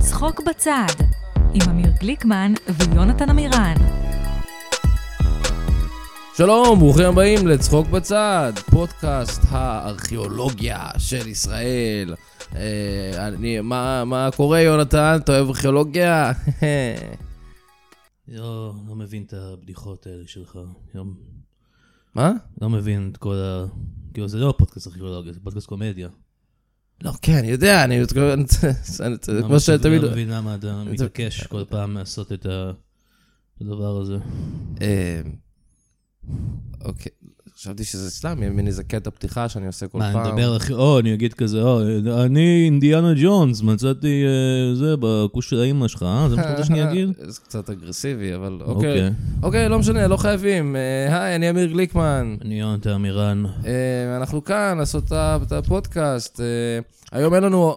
צחוק בצד, עם אמיר גליקמן ויונתן עמירן. שלום, ברוכים הבאים לצחוק בצד, פודקאסט הארכיאולוגיה של ישראל. אה, אני, מה, מה קורה, יונתן? אתה אוהב ארכיאולוגיה? לא, לא מבין את הבדיחות האלה שלך. לא, מה? לא מבין את כל ה... כאילו, זה לא פודקאסט ארכיאולוגיה, זה פודקאסט קומדיה. לא, כן, אני יודע, אני מתכוון, אני- כמו למה- שתמיד... לא מבין למה אתה מתעקש כל פעם לעשות את ה- את הדבר הזה. אה, אוקיי, חשבתי שזה סתם, אם נזכה את הפתיחה שאני עושה כל מה, פעם. אני מדבר הכי... או, אני אגיד כזה, או, אני אינדיאנה ג'ונס, מצאתי אה, זה בכוש של האימא שלך, אה? זה מה שאתה רוצה שאני אגיד? זה קצת אגרסיבי, אבל אוקיי. אוקיי. אוקיי, לא משנה, לא חייבים. אה, היי, אני אמיר גליקמן. אני יונתן עמירן. אה, אנחנו כאן לעשות את ה- את הפודקאסט. אה, היום אין לנו...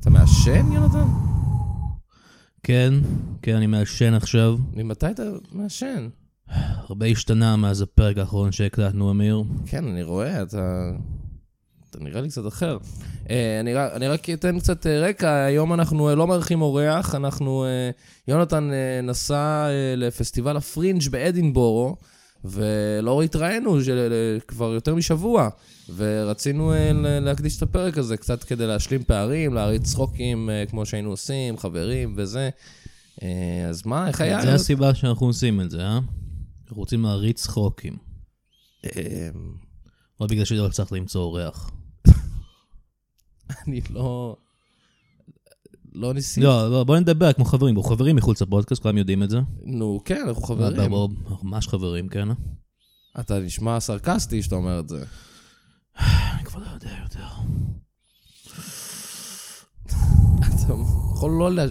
אתה מעשן, יונתן? כן, כן, אני מעשן עכשיו. ממתי אתה מעשן? הרבה השתנה מאז הפרק האחרון שהקלטנו, אמיר. כן, אני רואה, אתה... אתה נראה לי קצת אחר. אה, אני, רק- אני רק אתן קצת אה, רקע, היום אנחנו אה, לא מארחים אורח, אנחנו... אה, יונתן אה, נסע אה, לפסטיבל הפרינג' באדינבורו, ולא התראינו של- אה, כבר יותר משבוע, ורצינו אה, ל- להקדיש את הפרק הזה קצת כדי להשלים פערים, להריץ צחוקים אה, כמו שהיינו עושים, חברים וזה. אה, אז מה, איך היה? זה הסיבה שאנחנו עושים את זה, אה? אנחנו רוצים להריץ צחוקים. אה, לא בגלל שלא הצלחת למצוא אורח. אני לא... לא ניסיתי. לא, לא, בוא נדבר כמו חברים. אנחנו חברים מחוץ לפודקאסט, כולם יודעים את זה. נו, כן, אנחנו חברים. בוא, אנחנו ממש חברים, כן? אתה נשמע סרקסטי שאתה אומר את זה. אני כבר לא יודע יותר. אתה יכול לא לה-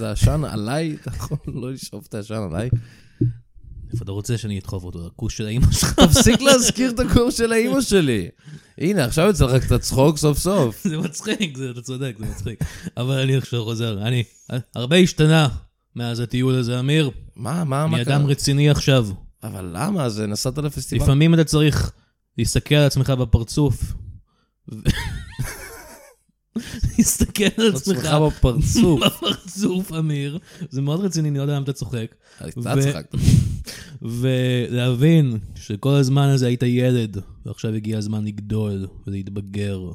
לעשן עליי? אתה יכול לא לשאוף את העשן עליי? איפה אתה רוצה שאני אדחוף אותו? הכוש של האימא שלך? תפסיק להזכיר את הקורס של האימא שלי. הנה, עכשיו יוצא לך קצת צחוק סוף סוף. זה מצחיק, זה- אתה צודק, זה מצחיק. אבל אני עכשיו חוזר. אני, אה, הרבה השתנה מאז הטיול הזה, אמיר. מה, מה, אני מה קרה? אדם רציני עכשיו. אבל למה? זה נסעת לפסטיבל? לפעמים אתה צריך להסתכל על עצמך בפרצוף. ו- להסתכל על עצמך עצמך לא בפרצוף. בפרצוף, אמיר. זה מאוד רציני, אני לא יודע למה אתה צוחק. אתה ו- צחקת. ולהבין שכל הזמן הזה היית ילד, ועכשיו הגיע הזמן לגדול ולהתבגר.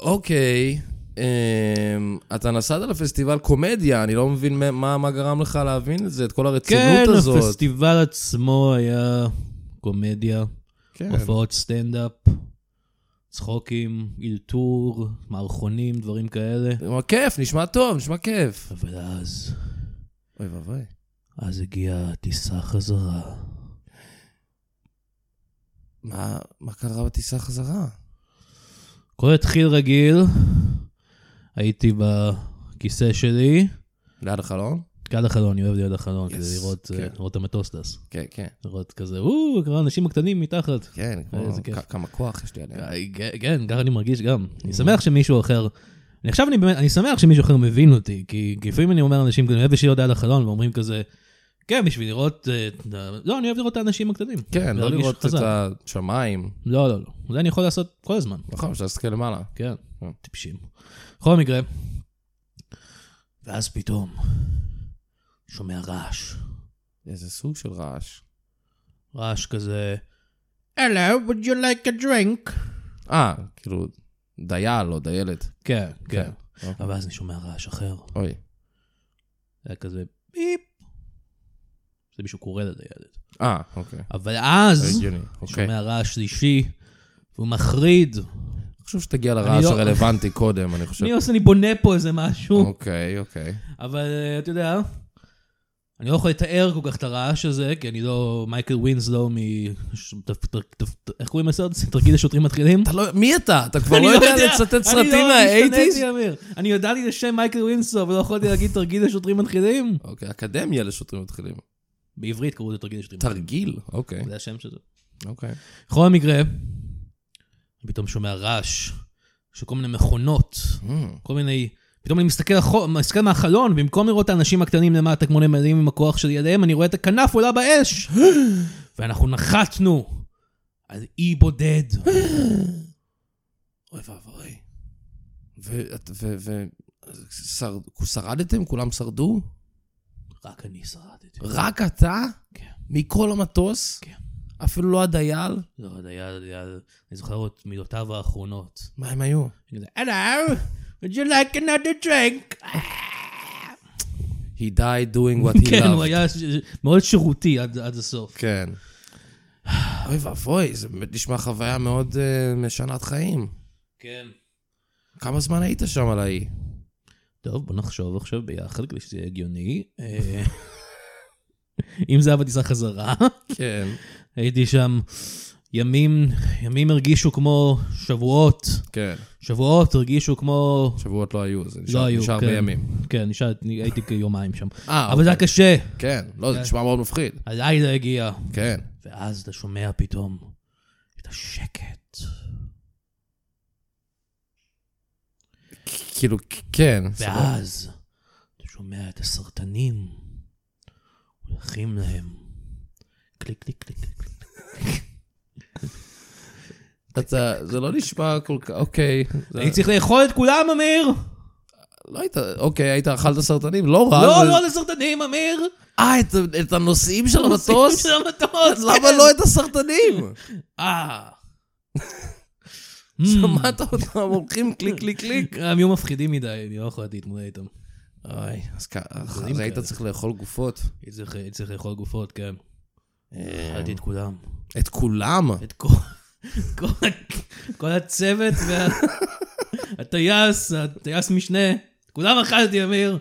אוקיי, אמ, אתה נסעת לפסטיבל קומדיה, אני לא מבין מה- מה מה גרם לך להבין את זה, את כל כן, הרצינות הזאת. הפסטיבל עצמו היה קומדיה, כן, הופעות סטנדאפ, צחוקים, אלתור, מערכונים, דברים כאלה. נשמע כיף, נשמע טוב, נשמע כיף. אבל אז, אוי ואבוי. אז הגיעה הטיסה חזרה. מה, מה קרה בטיסה חזרה? הכל התחיל רגיל, הייתי בכיסא שלי, ליד החלון? ליד החלון, אני אוהב ליד החלון, Yes, כדי לראות אה, כן. לראות את המטוס טס. כן, כן. לראות כזה, וואו, כבר האנשים הקטנים מתחת. כן, כמו- איזה כיף. כ- כמה כוח יש לי עליה. כן, ככה אני מרגיש גם. Mm-hmm. אני שמח שמישהו אחר... אני עכשיו אני באמת, אני שמח שמישהו אחר מבין אותי, כי כי לפעמים אני אומר לאנשים, אני אוהב לשיר עוד על החלון, ואומרים כזה, כן, בשביל לראות... אה, את ה- לא, אני אוהב לראות את האנשים הקטנים. כן, לא להרגיש לראות חזק. את השמיים. לא, לא, לא. זה אני יכול לעשות כל הזמן. נכון, אפשר להסתכל למעלה. כן, Mm. טיפשים. בכל מקרה, ואז פתאום, שומע רעש. איזה סוג של רעש. רעש כזה, Hello, would you like a drink? אה, כאילו, דייל או דיילת. כן, כן. כן, אוקיי. אבל אז אני שומע רעש אחר. אוי, היה כזה ביפ. זה מישהו קורא לדיילת. אה, אוקיי. אבל אז, הגיוני, אני אוקיי. שומע רעש שלישי, והוא מחריד. אני חושב שתגיע לרעש לא- הרלוונטי קודם, אני לא- חושב. אני עושה, אני בונה פה איזה משהו, אוקיי, אוקיי. אבל אה, אתה יודע, אני לא יכול לתאר כל כך את הרעש הזה, כי אני לא מייקל ווינסלו מ... ש- ת- ת- ת- איך קוראים לסרט? תרגיל לשוטרים מתחילים? אתה לא, מי אתה? אתה כבר אני לא יודע לצטט סרטים אני לא מהאייטיז? השתניתי, אמיר. אני ידעתי את השם מייקל ווינסלו, אבל לא יכולתי להגיד תרגיל לשוטרים מתחילים. אוקיי, אקדמיה לשוטרים מתחילים. בעברית קראו לזה תרגיל לשוטרים מתחילים. תרגיל, אוקיי. זה השם של זה. אוקיי. בכל מקרה, אני פתאום שומע רעש של כל מיני מכונות, Mm. כל מיני... פתאום אני מסתכל, אחו- מסתכל מהחלון, במקום לראות את האנשים הקטנים למטה כמו נמלים עם הכוח של ידיהם, אני רואה את הכנף עולה באש! ואנחנו נחתנו על אי בודד. אוי ואבוי. ואת- ו... ו... שר... שרדתם? כולם שרדו? רק אני שרדתי. רק אתה? כן. מכל המטוס? כן. אפילו לא הדייל? לא, עוד היה, היה, אני זוכר את מילותיו האחרונות. מה הם היו? כזה, Hello, would you like another drink? He died doing what he loved. כן, הוא היה ש- מאוד שירותי עד עד הסוף. כן. אוי ואבוי, זה באמת נשמע חוויה מאוד אה, משנת חיים. כן. כמה זמן היית שם על האי? טוב, בוא נחשוב עכשיו ביחד כדי שזה יהיה הגיוני. אה, אם זה היה בטיסה חזרה, כן. הייתי שם ימים, ימים הרגישו כמו שבועות, כן. שבועות הרגישו כמו... שבועות לא היו, זה לא נשאר, היו, נשאר כן. בימים. כן, נשאר, אני הייתי כיומיים שם. אה, אבל זה היה קשה, כן. לא, זה נשמע מאוד מפחיד. הלילה הגיע. כן. ואז אתה שומע פתאום את השקט. כאילו, כן. סבבה. ואז אתה שומע את הסרטנים הולכים להם. קליק, קליק, קליק, קליק. קליק. אתה, זה לא נשמע כל כך, אוקיי. זה- אני צריך לאכול את כולם, אמיר? לא היית, אוקיי, היית אכלת סרטנים, לא רע. לא, אבל- לא את הסרטנים, אמיר! אה, את- את הנוסעים של המטוס? של המטוס! למה כן. לא את הסרטנים? אה. Mm. שמעת אותם הולכים קליק, קליק, קליק? הם היו מפחידים מדי, אני לא יכולתי להתמודד איתם. אוי, אז כ- דברים אז היית כאלה. צריך לאכול גופות. הייתי צריך- הייתי צריך לאכול גופות, כן. אכלתי את כולם. את כולם? את כל, כל, ה- כל הצוות והטייס, הטייס משנה, כולם אכלתי, אמיר.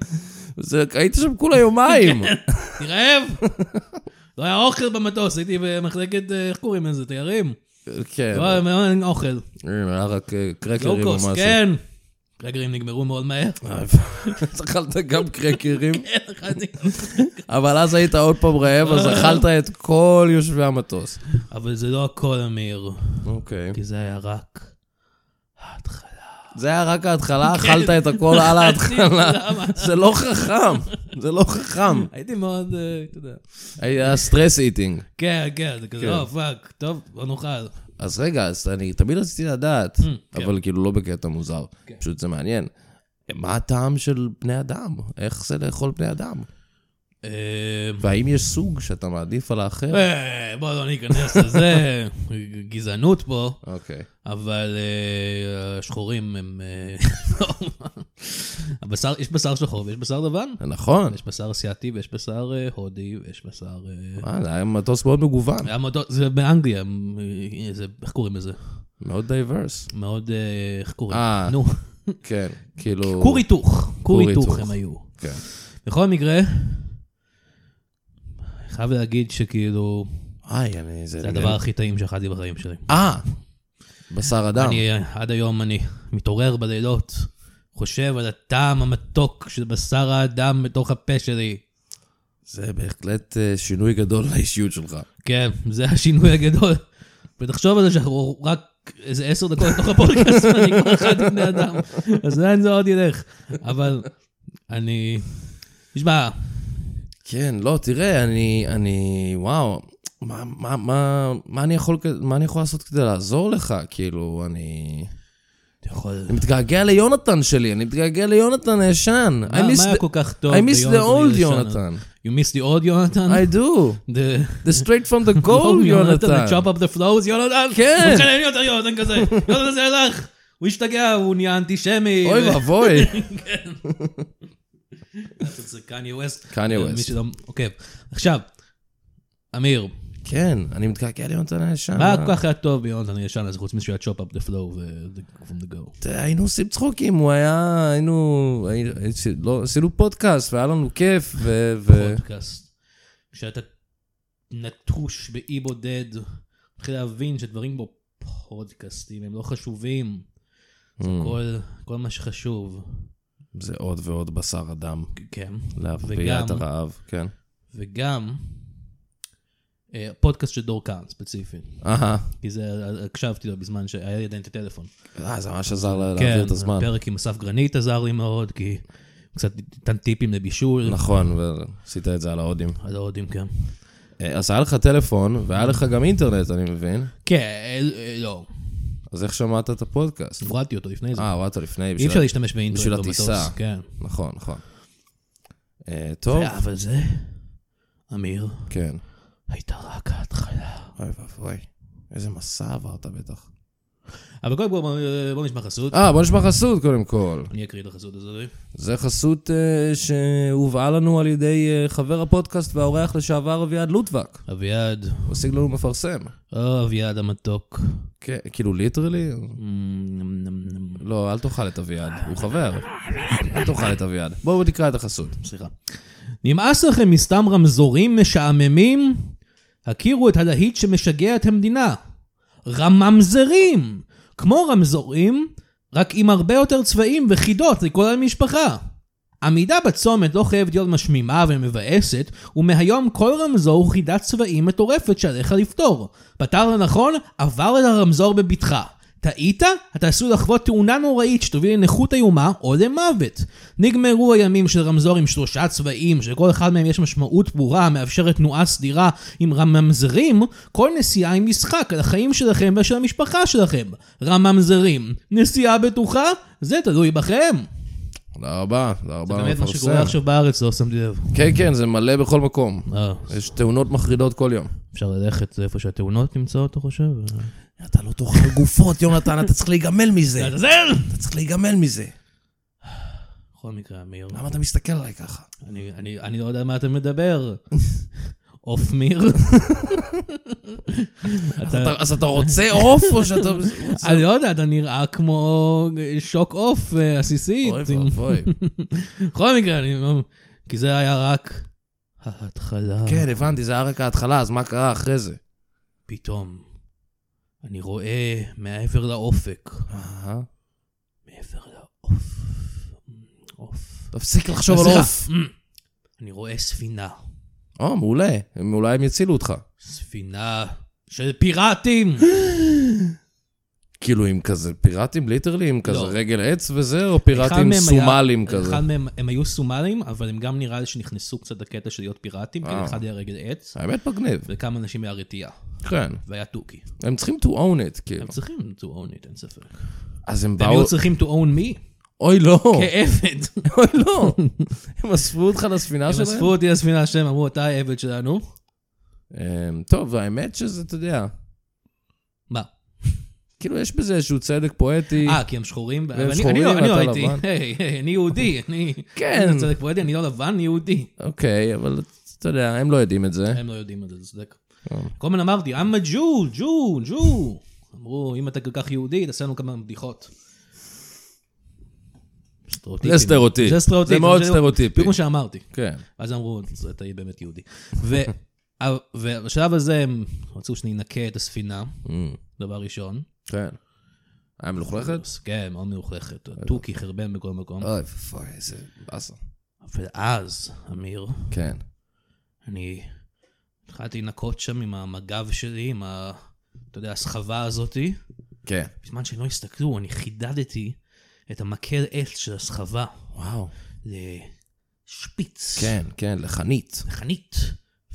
זה- היית שם כולה יומיים. אני רעב. לא היה אוכל במטוס, הייתי במחלקת, אה, איך קוראים לזה, תיירים? כן. לא היה לא היה אוכל. אה, היה רק אה, קרקרים או לואו-קוסט, משהו. כן. קרגרים נגמרו מאוד מהר. אה, אז אכלת גם קרקרים, כן, אכלתי. אבל אז היית עוד פעם רעב, אז אכלת את כל יושבי המטוס. אבל זה לא הכל, אמיר, אוקיי. כי זה היה רק ההתחלה. זה היה רק ההתחלה, כן. אכלת את הכל על ההתחלה. למה? זה לא חכם, זה לא חכם. הייתי מאוד, אה, אתה יודע. היה סטרס איטינג. כן, כן, זה כזה, כן. לא, פאק, טוב, בוא נאכל. אז רגע, אז אני תמיד רציתי לדעת, Mm, אבל כאילו לא בקטע מוזר, כן. פשוט זה מעניין. מה הטעם של בני אדם? איך זה לאכול בני אדם? אה, והאם יש סוג שאתה מעדיף על האחר? אה, בוא לא ניכנס לזה, גזענות פה, אוקיי. אבל אה, השחורים הם... אה, הבשר, יש בשר שחור ויש בשר לבן. נכון. יש בשר אסיאתי ויש בשר אה, הודי ויש בשר... אה, אה, זה היה מטוס מאוד מגוון, היה מאוד- זה באנגליה, אה, זה- איך קוראים לזה? מאוד דייברס. מאוד, אה, איך קוראים? אה. נו, כן, כאילו... כור היתוך, כור כור היתוך היתוך. הם היו. כן. בכל מקרה, אני חייב להגיד שכאילו, איי, אני... זה זה הדבר הכי טעים שאכלתי בחיים שלי. אה! בשר אדם. אני, אה, עד היום אני מתעורר בלילות, חושב על הטעם המתוק של בשר האדם בתוך הפה שלי. זה בהחלט אה, שינוי גדול לאישיות שלך. כן, זה השינוי הגדול. ותחשוב על זה שאנחנו רק איזה עשר דקות לתוך הפודקאסט, ואני כבר אחד בני אדם, אז לאן זה עוד ילך? אבל אני... תשמע, כן, לא, תראה, אני... אני... וואו. מה, מה, מה, מה, אני יכול, כ- מה אני יכול לעשות כדי לעזור לך? כאילו, אני... אתה יכול... אני מתגעגע ליונתן שלי, אני מתגעגע ליונתן הישן. I מה miss מה היה the- כל כך טוב I miss the ביונתן old הישן? יונתן. You miss the old יונתן? I do. The The straight from לא, the goal, לא, יונתן. The chop up the flows, יונתן? כן. הוא משלם יותר יונתן כזה. יונתן זה הלך. הוא השתגע, הוא נהיה אנטישמי. אוי ו- ואבוי. זה קניה ווסט. קניה מי ווסט. שלא עוקב. עכשיו, אמיר, כן, אני מתגעגע ליונתן הישן. מה כל כך היה טוב ביונתן הישן הזה, חוץ מזה שהוא היה chop up the flow ו- from the go? אתה יודע, היינו עושים צחוקים, הוא היה, היינו, הי- הי- לא, עשינו פודקאסט והיה לנו כיף, ו... ו- פודקאסט. כשאתה נטוש באי בודד, מתחיל להבין שדברים כמו פודקאסטים הם לא חשובים. Mm. כל- כל מה שחשוב. זה עוד ועוד בשר אדם, כן. להביע את וגם- הרעב, כן. וגם אה, הפודקאסט של דור כאן ספציפית, אהה, כי זה, אה, הקשבתי לו בזמן שהיה לי עדיין את הטלפון. אה, זה ממש עזר לה- להעביר כן, את הזמן. הפרק עם אסף גרנית עזר לי מאוד, כי הוא קצת נתן טיפים לבישול. נכון, ועשית את זה על ההודים. על ההודים, כן. אה, אז היה לך טלפון, והיה לך גם אינטרנט, אני מבין. כן, אה, אה, לא. אז איך שמעת את הפודקאסט? הורדתי אותו לפני זה. אה, הורדת לפני, אי בשביל אפשר ה- להשתמש באינטרנט בשביל במטוס. הטיסה. כן. נכון, נכון. אה, טוב, אה, אבל זה, אמיר, כן. הייתה רק ההתחלה. אוי ואבוי, איזה מסע עברת בטח. אבל קודם כל, בוא- בוא נשמע חסות. אה, בוא נשמע חסות קודם כל. אני אקריא את החסות הזאת. זה חסות אה, שהובאה לנו על ידי אה, חבר הפודקאסט והאורח לשעבר אביעד לוטבק. אביעד, הוא השיג לנו מפרסם. או אביעד המתוק. כן, כאילו ליטרלי? אמ, נם, נם, נם. לא, אל תאכל את אביעד, הוא חבר. אל תאכל את אביעד. בואו נקרא את החסות. סליחה. נמאס לכם מסתם רמזורים משעממים? הכירו את הלהיט שמשגע את המדינה. רממזרים! כמו רמזורים, רק עם הרבה יותר צבעים וחידות לכל המשפחה. עמידה בצומת לא חייבת להיות משמימה ומבאסת, ומהיום כל רמזור הוא חידת צבעים מטורפת שעליך לפתור. פתרת נכון, עבר את הרמזור בבטחה. טעית? אתה עשוי לחוות תאונה נוראית שתוביל לנכות איומה או למוות. נגמרו הימים של רמזור עם שלושה צבעים, שלכל אחד מהם יש משמעות ברורה המאפשרת תנועה סדירה עם רממזרים, כל נסיעה היא משחק על החיים שלכם ושל המשפחה שלכם. רממזרים, נסיעה בטוחה? זה תלוי בכם. תודה רבה, תודה רבה באמת מה שקורה למפרסם. עכשיו בארץ, לא שמתי לב. כן, כן, זה מלא בכל מקום. אה, יש תאונות מחרידות כל יום. אפשר ללכת לאיפה שהתאונות נמצאות, אתה חושב? אתה לא תאכל גופות, יונתן, אתה צריך להיגמל מזה. לעזאזל! אתה צריך להיגמל מזה. בכל מקרה, אמיר, למה אתה מסתכל עליי ככה? אני- אני אני לא יודע מה אתה מדבר. עוף מיר. אתה- אתה- אז אתה רוצה עוף או שאתה... אני לא יודע, אתה נראה כמו שוק עוף אה, עסיסית. אוי עם- ואבוי. בכל מקרה, אני... לא- כי זה היה רק ההתחלה. כן, הבנתי, זה היה רק ההתחלה, אז מה קרה אחרי זה? פתאום אני רואה מעבר לאופק. אהה. מעבר לעוף. עוף. תפסיק לחשוב על סליחה. עוף. אמ. אני רואה ספינה. או, מעולה. הם- אולי הם יצילו אותך. ספינה של פיראטים! כאילו עם כזה פיראטים ליטרלי, עם כזה לא. רגל עץ וזה, או אחד פיראטים מהם היה- סומלים כזה. אחד מהם, הם היו סומלים, אבל הם גם נראה לי שנכנסו קצת לקטע של להיות פיראטים, כי אה. אחד היה רגל עץ, האמת מגניב, וכמה אנשים היה רטייה, כן. והיה תוכי. הם צריכים to own it, כאילו. הם צריכים to own it, אין ספק. אז הם הם כן. באו... היו צריכים to own me, אוי, לא. כעבד. אוי, לא. הם אספו אותך לספינה הם שלהם? אספו אותי לספינה שלהם, אמרו, אתה העבד שלנו. אמ, טוב, האמת שזה, אתה יודע, מה? כאילו יש בזה איזשהו צדק פואטי. אה, כי הם שחורים? והם אבל אני- שחורים אני לא- אני לא ואתה הייתי. לבן. היי, היי, אני יהודי. אני... כן. אני צודק פואטי, אני לא לבן, אני יהודי. אוקיי, אבל אתה יודע, הם לא יודעים את זה. הם לא יודעים את זה, זה צודק. כן. כל הזמן אמרתי, I'm a Jew, Jew, Jew. אמרו, אם אתה כל כך יהודי, תעשה לנו כמה בדיחות. סטריאוטיפים. זה סטריאוטיפ. זה סטריאוטיפ. זה מאוד זה- סטריאוטיפי. בדיוק כמו שאמרתי. כן. אז אמרו, "זה- אתה באמת יהודי. ו- אבל- ובשלב הזה הם רצו שננקה את הספינה, אמ, דבר ראשון. כן. היה מלוכלכת? כן, מאוד אה. מלוכלכת. תוכי חרבן בכל מקום. אוי, פוי, איזה באסה. ואז, אמיר, כן. אני התחלתי לנקות שם עם המגב שלי, עם ה... אתה יודע, הסחבה הזאתי. כן. בזמן שהם לא הסתכלו, אני חידדתי את המקל עץ של הסחבה וואו. לשפיץ. כן, כן, לחנית. לחנית.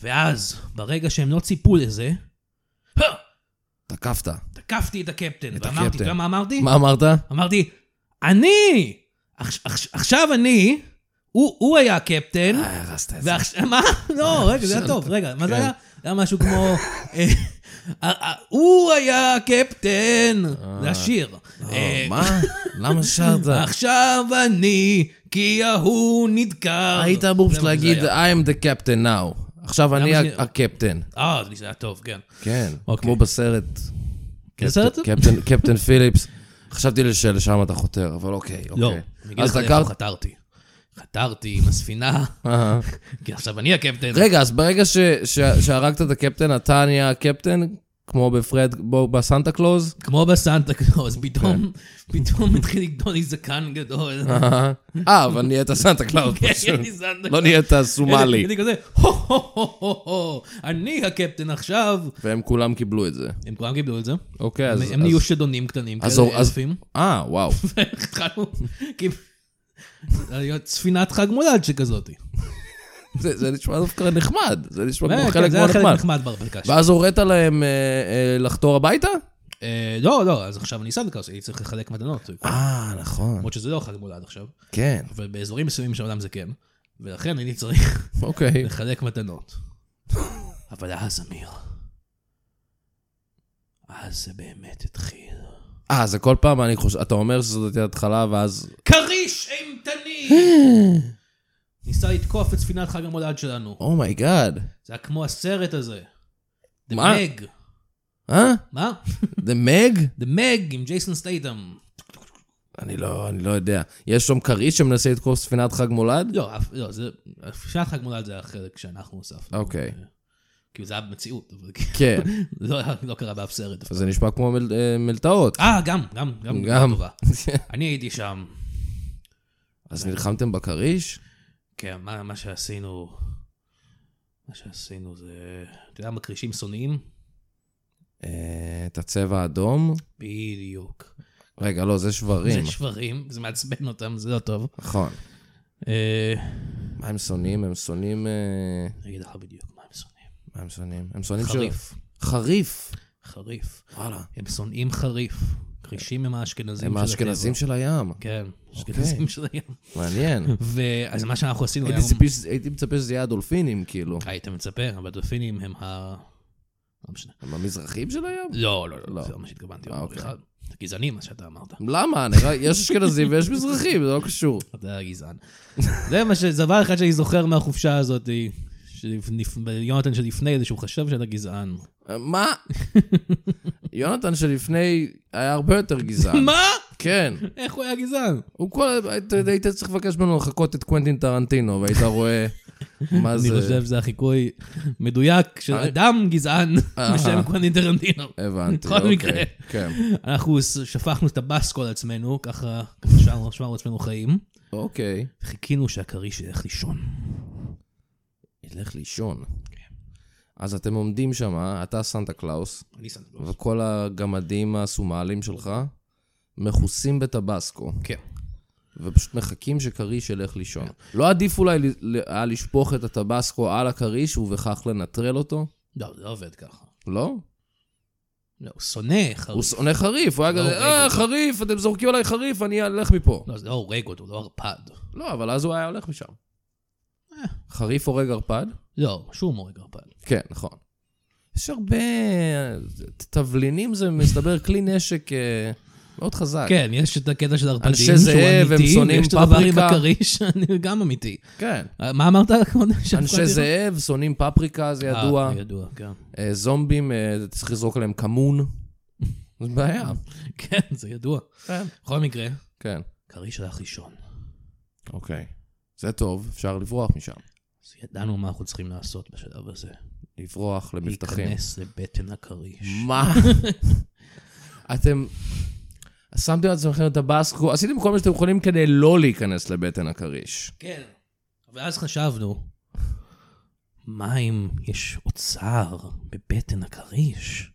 ואז, ברגע שהם לא ציפו לזה, "הא!" תקפת. תקפתי את הקפטן. את ואמרתי, הקפטן. אתה יודע מה אמרתי? מה אמרת? אמרתי, אני! עכש- עכש- עכשיו אני, הוא הוא היה הקפטן. אה, הרסת את זה. אה, ועכשיו, מה? לא, רגע, זה היה טוב, רגע, מה זה כן. היה? זה היה משהו כמו... אה, אה, אה, הוא היה קפטן, זה השיר. אה, אה, מה? למה שרת? עכשיו אני, כי ההוא נדקר. אה, היית אמור זה פשוט מה שזה להגיד, היה. I'm the captain now. עכשיו אני שנייה? ה- הקפטן. אה, זה היה טוב, כן. כן, אוקיי. כמו בסרט. כן, איזה סרט זה? קפטן- קפטן פיליפס. חשבתי לשם אתה חותר, אבל אוקיי, לא, אוקיי. אני אגיד אז לך איפה דקרת... חתרתי. חתרתי עם הספינה, כי עכשיו אני הקפטן. רגע, אז ברגע ש- ש- שהרגת את הקפטן, אתה נהיה הקפטן, כמו בפרד, בו- בסנטה קלוז? כמו בסנטה קלאוס, כן. פתאום, פתאום התחיל לגדול לי זקן גדול. אה, אבל נהיית סנטה קלוז. כן, פשוט. אני סנטה לא קלאוס. נהיית סומלי. הייתי כזה, הו הו הו הו הו, אני הקפטן עכשיו. והם כולם קיבלו את זה. הם כולם קיבלו את זה. אוקיי, הם אז... הם אז- נהיו שדונים קטנים, אז- כאלה אז- אלפים. אה, וואו. התחלנו, כאילו, זה היה ספינת חג מולד שכזאת. זה זה נשמע דווקא נחמד. זה נשמע כן, כמו חלק זה מאוד היה חלק נחמד. נחמד ברברקש. ואז הורית להם אה, אה, לחתור הביתה? אה, לא, לא, אז עכשיו אני סנדקרס, אני צריך לחלק מתנות. כאילו. אה, נכון. למרות שזה לא חג מולד עכשיו, כן, אבל באזורים מסוימים של העולם זה כן. ולכן אני צריך אוקיי. לחלק מתנות. אבל אז, אמיר, אז זה באמת התחיל. אה, זה כל פעם אני חושב, אתה אומר שזאת ההתחלה, ואז... כריש אימתני! ניסה לתקוף את ספינת חג המולד שלנו. Oh אומייגאד. זה היה כמו הסרט הזה. The מה? Meg. אה? מה? זה מג? The Meg עם ג'ייסון סטייטם. אני לא, אני לא יודע. יש שם כריש שמנסה לתקוף ספינת חג מולד? לא, אף- לא, זה... ספינת חג מולד זה החלק שאנחנו הוספנו. אוקיי. כאילו זה היה במציאות, אבל כן. זה לא היה- לא קרה באף סרט. אז זה נשמע כמו מל- אה, מלטעות. אה, גם, גם, גם, גם. טובה. אני הייתי שם. אז נלחמתם בכריש? כן, מה, מה שעשינו, מה שעשינו זה, אתה יודע, מקרישים שונאים? אה, את הצבע האדום? בדיוק. רגע, לא, זה שברים. זה שברים, זה מעצבן אותם, זה לא טוב. נכון. אה, מה הם שונאים? הם שונאים... אה, אני אגיד לך בדיוק מה הם שונאים. מה הם שונאים? הם שונאים של... חריף, חריף. חריף. וואלה. הם שונאים חריף. קרישים הם האשכנזים הם של האשכנזים אוקיי. הטבע. של הים. כן, אשכנזים של הים. מעניין. ואז מה שאנחנו עשינו הייתי היום, ציפי שזה- הייתי מצפה שזה יהיה הדולפינים, כאילו. היית מצפה, אבל דולפינים הם ה... לא משנה. הם המזרחים של הים? לא, לא, לא, לא. זה לא מה שהתכוונתי. אה, אוקיי. בכלל. זה גזעני מה שאתה אמרת. למה? נראה- יש אשכנזים ויש מזרחים, זה לא קשור. אתה גזען. זה מה ש... זה דבר אחד שאני זוכר מהחופשה הזאת, שלפ- יונתן שלפני זה שהוא חשב שאתה גזען. מה? יונתן שלפני היה הרבה יותר גזען. מה? כן. איך הוא היה גזען? הוא כל... היית- היית צריך לבקש ממנו לחקות את קוונטין טרנטינו, והיית רואה מה אני זה... חושב שזה החיקוי מדויק של אני- אדם גזען אהה. בשם קוונטין טרנטינו. הבנתי, בכל אוקיי. מקרה. כן. אנחנו ס- שפכנו את הבאסקו על עצמנו, ככה ככה שמרנו- שמרנו עצמנו חיים. אוקיי. חיכינו שהכריש ילך לישון. ילך לישון. אז אתם עומדים שם, אתה סנטה קלאוס, אני סנדלוס. וכל הגמדים הסומליים שלך מכוסים בטבסקו, כן. ופשוט מחכים שכריש ילך לישון. לא עדיף אולי ל- ל- היה לשפוך את הטבסקו על הכריש ובכך לנטרל אותו? לא, זה לא עובד ככה. לא? לא, הוא שונא הוא חריף. שונא חריף, הוא היה לא כזה, הורג אה, אותו." חריף, אתם זורקים עליי חריף, אני אלך מפה. לא, זה לא הורג אותו, הוא לא ערפד. לא, אבל אז הוא היה הולך משם. אה. חריף הורג ערפד? לא, שום הורג ערפד. כן, נכון. יש הרבה... תבלינים זה מסתבר כלי נשק אה, מאוד חזק. כן, יש את הקטע של ערפדים, אנשי שהוא זאב, הם אמיתי, שונאים ויש את הדבר עם פפריקה. הכריש, אני גם אמיתי. כן. אה, מה אמרת קודם? אנשי זאב, שונאים פפריקה, זה ידוע. אה, ידוע, כן. אה, זומבים, אה, צריך לזרוק עליהם כמון. זו בעיה. כן, זה ידוע. כן. בכל מקרה, כן. כריש הלך לישון. אוקיי. זה טוב, אפשר לברוח משם. אז ידענו מה אנחנו צריכים לעשות בשלב הזה. לברוח למבטחים. להיכנס לבטן הכריש. מה? אתם... שמתם לעצמכם את הבאסקו, עשיתם כל מה שאתם יכולים כדי לא להיכנס לבטן הכריש. כן. ואז חשבנו, מה אם יש אוצר בבטן הכריש?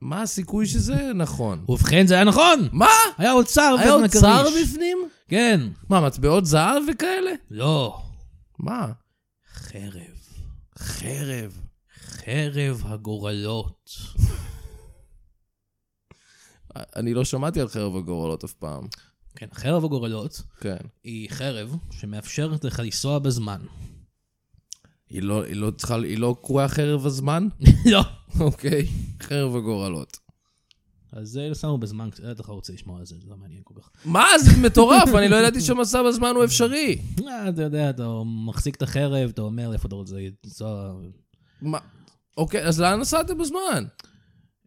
מה הסיכוי שזה נכון? ובכן, זה היה נכון! מה? היה אוצר היה בבטן הכריש. אוצר בפנים? כן. מה, מטבעות זהב וכאלה? לא. מה? חרב. חרב. חרב הגורלות. אני לא שמעתי על חרב הגורלות אף פעם. כן, חרב הגורלות כן. היא חרב שמאפשרת לך לנסוע בזמן. היא לא, היא לא צריכה, היא לא קרויה חרב הזמן? לא. אוקיי. חרב הגורלות. אז זה שמנו בזמן קצת, בטח לא רוצה לשמוע על זה, זה לא מעניין כל כך. מה? זה מטורף, אני לא ידעתי שמסע בזמן הוא אפשרי. אה, אתה יודע, אתה מחזיק את החרב, אתה אומר לאיפה אתה רוצה לנסוע. מה? אוקיי, אז לאן נסעתם בזמן?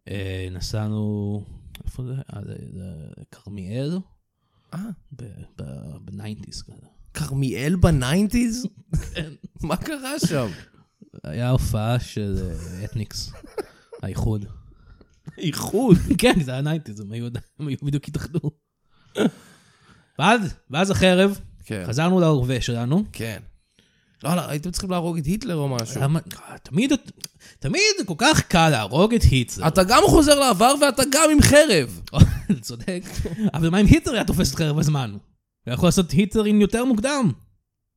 אה, נסענו, איפה זה? אה, זה- זה כרמיאל? אה, בניינטיז כזה. כרמיאל בניינטיז? מה קרה שם? היה הופעה של אה, אתניקס, האיחוד. איחוד. כן, זה היה ניינטיז, הם היו הם היו בדיוק התאחדו. ואז, ואז החרב, כן. חזרנו להורווה שלנו. כן. לא, לא, הייתם צריכים להרוג את היטלר או משהו. למה, אה, תמיד, תמיד כל כך קל להרוג את היטלר. אתה גם חוזר לעבר ואתה גם עם חרב. צודק. אבל מה אם היטלר היה תופס את חרב הזמן? הוא יכול לעשות היטלרים יותר מוקדם.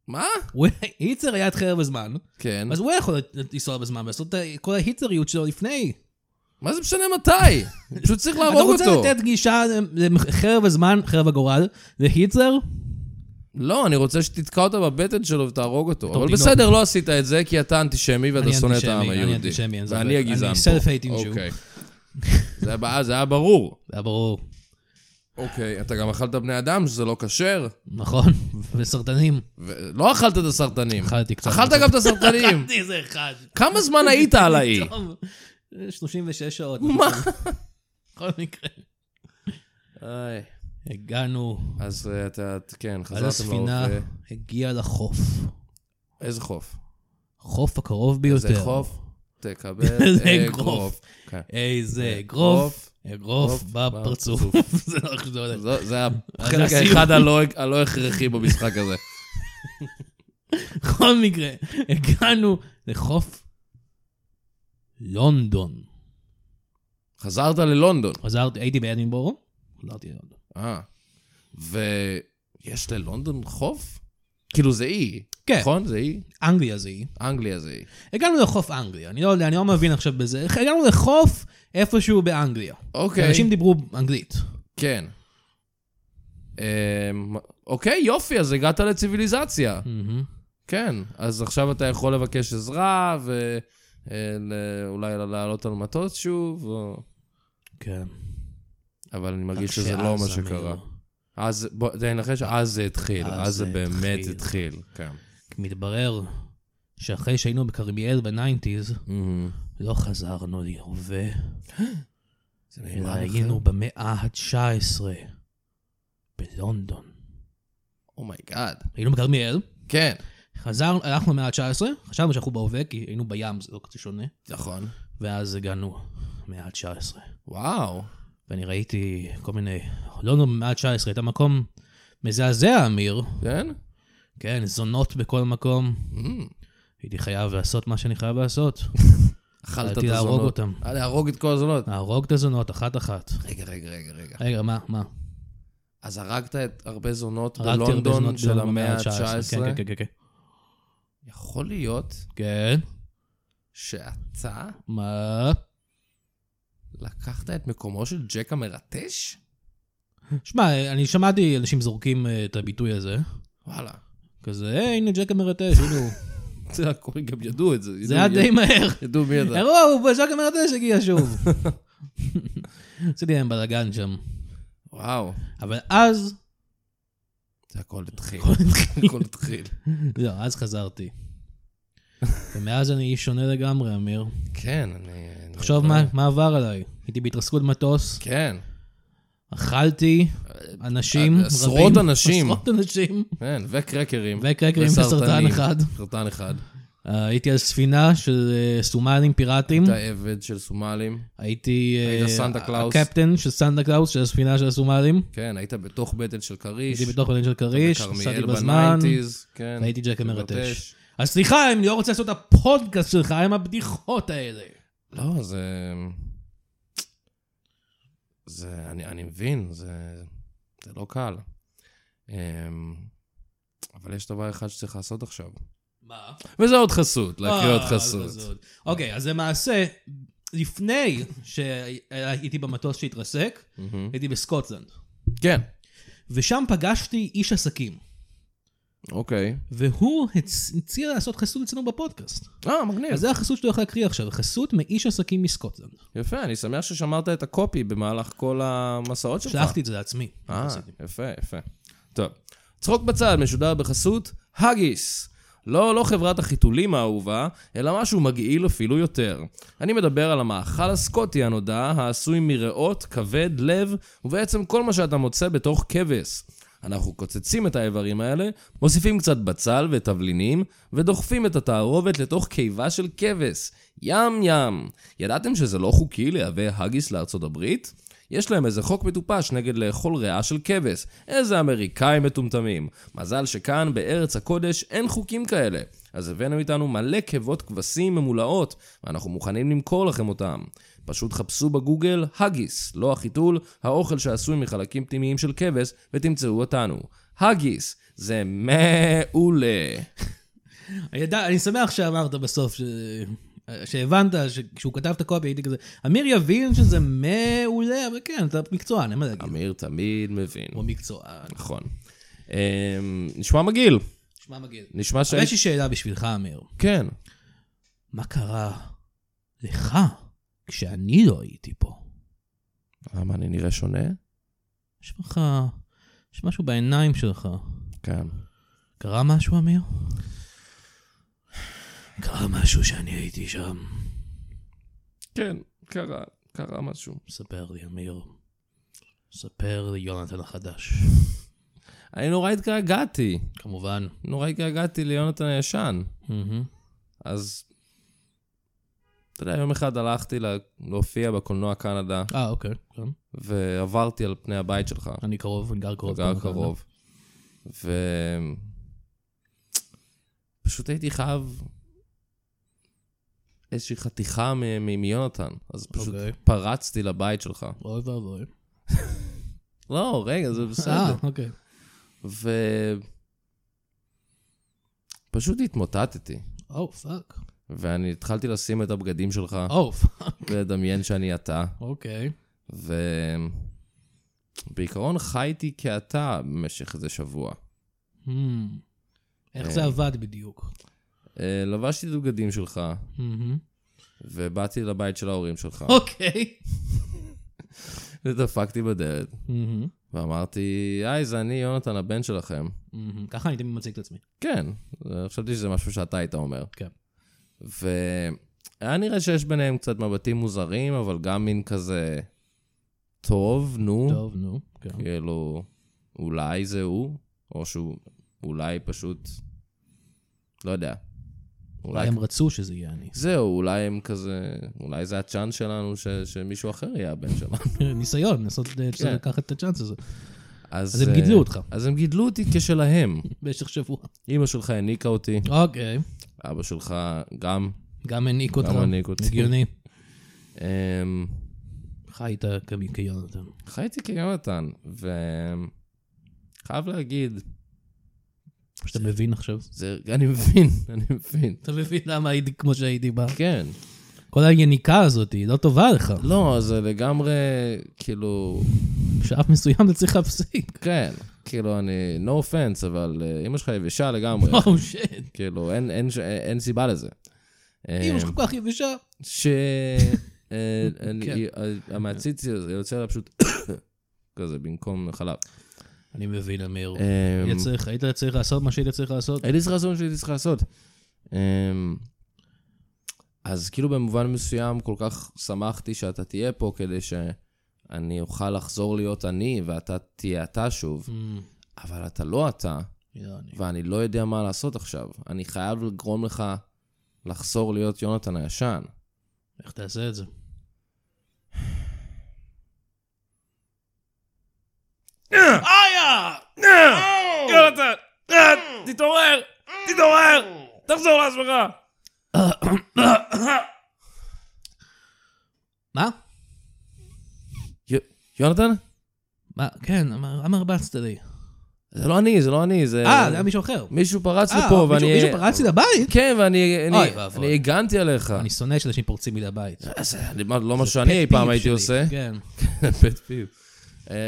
מה? הוא- היטלר היה את חרב הזמן, כן. אה, אז הוא היה יכול לנסוע בזמן ולעשות את כל ההיטלריות שלו לפני. מה זה משנה מתי? פשוט צריך להרוג אתה אותו. רוצה לתת גישה אה, חרב הזמן, חרב הגורל, להיטלר? לא, אני רוצה שתתקע אותה בבטן שלו ותהרוג אותו. אבל תינוק. בסדר, לא עשית את זה, כי אתה אנטישמי ואתה אני שונא את אנטישמי, העם אני היהודי. אנטישמי, אין ספק. ואני הגזען אני פה. self-hating Jew. אוקיי. זה היה בא- זה היה ברור. זה היה ברור. אוקיי, אתה גם אכלת בני אדם, שזה לא כשר. נכון, וסרטנים. ולא אכלת את הסרטנים. אכלתי קצת. אכלת גם את הסרטנים. אכלתי איזה אחד. כמה זמן היית על האי? טוב, 36 שעות. מה? בכל מקרה. הגענו, אז אה, אתה, כן, חזרתם על להווה. הספינה, הגיע לחוף. איזה חוף? החוף הקרוב ביותר. זה חוף, תקבל זה אגרוף. אה, אגרוף. כן. איזה אגרוף, אגרוף, אגרוף בפרצוף. זה לא איך שזה הולך. זו- זה זה החלק הסיום. האחד הלא הלא הכרחי במשחק הזה. בכל מקרה, הגענו לחוף לונדון. חזרת ללונדון. חזרתי, הייתי באדינבורו, חזרתי ללונדון. אה. ויש ללונדון חוף? כאילו זה אי, כן, נכון? זה אי? אנגליה זה היא. אנגליה זה אי. הגענו לחוף אנגליה, אני לא יודע, אני לא מבין עכשיו בזה. הגענו לחוף איפשהו באנגליה. אוקיי, אנשים דיברו אנגלית. כן. אמ, אוקיי, יופי, אז הגעת לציוויליזציה. כן, אז עכשיו אתה יכול לבקש עזרה, ואולי לעלות על מטוס שוב, או... כן. אבל אני מרגיש רק שזה לא מה שעזה שקרה. מלא. אז, בוא, תן לך שאז זה התחיל, אז אז זה זה באמת התחיל. התחיל, כן. מתברר שאחרי שהיינו בכרמיאל בניינטיז, Mm-hmm. לא חזרנו להווה, זה אלא מימד היינו במאה ה-19 בלונדון. אומייגאד. היינו בכרמיאל, Oh כן, חזרנו, הלכנו למאה ה-19, חשבנו שאנחנו בהווה, כי היינו בים, זה לא כזה שונה, נכון. ואז הגענו למאה ה-19. וואו. ואני ראיתי כל מיני, לא, לונדון במאה ה-19 הייתה מקום מזעזע, אמיר. כן? כן, זונות בכל מקום. אמ, הייתי חייב לעשות מה שאני חייב לעשות. אכלת את רציתי להרוג הזונות. אותם. אה, להרוג את כל הזונות. להרוג את הזונות אחת-אחת. רגע, רגע, רגע, רגע. רגע, מה, מה? אז הרגת את הרבה זונות הרגתי הרבה בלונדון זונות של בלונדון המאה במאה ה-19. ה-19? כן, כן, כן, כן. יכול להיות כן, שאתה מה? לקחת את מקומו של ג'ק המרטש? שמע, אני שמעתי אנשים זורקים אה, את הביטוי הזה. וואלה. כזה, "אה, הנה ג'ק המרטש, הנה הוא. זה הכול, גם ידעו את זה. זה ידעו- היה די מהר. ידעו מי אתה. אירוע, ג'ק המרטש הגיע שוב. עשיתי להם בלאגן שם. וואו. אבל אז, זה הכל התחיל. הכל התחיל. הכל התחיל. לא, אז חזרתי. ומאז אני איש שונה לגמרי, אמיר. כן, אני... אני- תחשוב מה- מה עבר עליי. הייתי בהתרסקות מטוס, כן, אכלתי אנשים רבים. אה, עשרות אנשים. עשרות אנשים. כן, וקרקרים. וקרקרים וסרטנים. וסרטן אחד. סרטן אחד. אה, הייתי על ספינה של אה, סומלים פיראטים. אתה עבד של סומלים. הייתי... אה, היית סנטה קלאוס. הקפטן של סנטה קלאוס, של הספינה של הסומלים. כן, היית בתוך בטן של כריש. הייתי בתוך בלן של כריש, נסעתי בכרמיאל בזמן. בניינטיז. כן. והייתי ג'ק במרתש. המרטש. אז סליחה, אני לא רוצה לעשות את הפודקאסט שלך עם הבדיחות האלה. לא, זה... זה... אני, אני מבין, זה... זה לא קל. אמ, אבל יש דבר אחד שצריך לעשות עכשיו. מה? וזה עוד חסות, להקריא עוד אה, חסות. אוקיי, אז למעשה, לפני שהייתי במטוס שהתרסק, מהמם. הייתי בסקוטלנד. כן, ושם פגשתי איש עסקים, אוקיי. והוא הצ- הציע לעשות חסות אצלנו בפודקאסט. אה, מגניב. אז זה החסות שאתה הולך להקריא עכשיו, חסות מאיש עסקים מסקוטלנד. יפה, אני שמח ששמרת את הקופי במהלך כל המסעות שלך. שלחתי את זה לעצמי. אה, עשיתי. יפה, יפה. טוב. צחוק בצד משודר בחסות הגיס. לא, לא חברת החיתולים האהובה, אלא משהו מגעיל אפילו יותר. אני מדבר על המאכל הסקוטי הנודע, העשוי מריאות, כבד, לב, ובעצם כל מה שאתה מוצא בתוך כבש. אנחנו קוצצים את האיברים האלה, מוסיפים קצת בצל ותבלינים, ודוחפים את התערובת לתוך קיבה של כבש. ים ים. ידעתם שזה לא חוקי לייבא הגיס לארצות הברית? יש להם איזה חוק מטופש נגד לאכול ריאה של כבש. איזה אמריקאים מטומטמים. מזל שכאן, בארץ הקודש, אין חוקים כאלה. אז הבאנו איתנו מלא קיבות כבשים ממולאות, ואנחנו מוכנים למכור לכם אותם. פשוט חפשו בגוגל הגיס, לא החיתול, האוכל שעשוי מחלקים פנימיים של כבש, ותמצאו אותנו. הגיס, זה מעולה. אני יודע- אני שמח שאמרת בסוף ש... שהבנת, ש- כשהוא כתב את הקופי, הייתי כזה, אמיר יבין שזה מעולה, אבל כן, אתה מקצוען, אין מה להגיד. אמיר תמיד מבין. הוא מקצוען. נכון. אמ, נשמע מגעיל. נשמע מגעיל. נשמע ש... אבל יש לי שאלה בשבילך, אמיר. כן. מה קרה לך כשאני לא הייתי פה? אה, מה, אני נראה שונה? יש לך... יש משהו בעיניים שלך. כן. קרה משהו, אמיר? קרה משהו שאני הייתי שם. כן, קרה, קרה משהו. ספר לי, אמיר. ספר לי, יונתן החדש. אני נורא התגעגעתי. כמובן. נורא התגעגעתי ליונתן הישן. מהמם. אז... אתה יודע, יום אחד הלכתי לה- להופיע בקולנוע קנדה, אה, אוקיי. כן. ועברתי על פני הבית שלך. אני קרוב, אני גר קרוב. גר פה, קרוב. ו... פשוט הייתי חייב איזושהי חתיכה מ- מ- מיונתן, אז פשוט אוקיי. פרצתי לבית שלך. אוי ואבוי. לא, רגע, זה בסדר. אה, אוקיי. ו... פשוט התמוטטתי, או, פאק. ואני התחלתי לשים את הבגדים שלך, או, פאק. ולדמיין שאני אתה, Oh, אוקיי. ובעיקרון חייתי כעתה במשך איזה שבוע. Hmm. איך זה אה. עבד בדיוק? אה, לבשתי את הבגדים שלך, מהמם. ובאתי לבית של ההורים שלך, אוקיי. ודפקתי בדלת, מהמם. ואמרתי, היי, זה אני יונתן, הבן שלכם. מהמם. ככה אני תמיד מציג את עצמי. כן, אה, חשבתי שזה משהו שאתה היית אומר. כן. והיה נראה שיש ביניהם קצת מבטים מוזרים, אבל גם מין כזה, טוב, נו, טוב. טוב, נו. כן. כאילו, אולי זה הוא, או שהוא אולי פשוט, לא יודע. אולי אולי... הם רצו שזה יהיה אני. זהו, אולי הם כזה, אולי זה הצ'אנס שלנו ש, שמישהו אחר יהיה הבן שלנו. ניסיון, לנסות אה, בסדר, לקחת את הצ'אנס הזה. אז הם אה, גידלו אותך אז הם גידלו אותי כשלהם. במשך שבוע. אימא שלך הניקה אותי, אוקיי. אבא שלך גם. גם הניק אותך. גם הניק אותי. הגיוני. אמ, חיית כמי- כיונתן. חייתי כיונתן, וחייב להגיד, שאתה מבין עכשיו. זה, אני מבין, אני מבין. אתה מבין למה הייתי כמו שהייתי בה. כן. כל היניקה הזאת היא לא טובה לך. לא, זה לגמרי, כאילו, בשלב מסוים אתה צריך להפסיק. כן. כאילו, אני, no offense, אבל אה, אמא שלך יבשה לגמרי. או שיט. כאילו, אין, אין, ש- אין סיבה לזה. אמא שלך אמ, כל כך יבשה. ש... אה, אני- כן. אה, המעציץ הזה יוצא לה פשוט כזה, במקום חלב. אני מבין, אמיר. אמ, היית צריך- היית צריך לעשות מה שהיית צריך לעשות. הייתי צריך לעשות מה שהייתי צריך לעשות. אמ, אז כאילו במובן מסוים כל כך שמחתי שאתה תהיה פה כדי שאני אוכל לחזור להיות אני ואתה תהיה אתה שוב, אמ, אבל אתה לא אתה, לא, אני- ואני לא יודע מה לעשות עכשיו. אני חייב לגרום לך לחזור להיות יונתן הישן. איך תעשה את זה? איה! יונתן! תתעורר! תתעורר! תחזור לעצמך! מה? יונתן? מה? כן, אמר- למה הרבצת לי? זה לא אני, זה לא אני, זה... אה, זה היה מישהו אחר. מישהו פרץ אה, לפה ואני... מישהו- מישהו פרץ לי לבית? כן, ואני אני- אוי ואבוי. אני הגנתי עליך. אני שונא שאנשים פורצים לי לבית. זה אני- מה- לא מה זה שאני pet אי peeve פעם הייתי שלי. עושה. כן. פט פיו.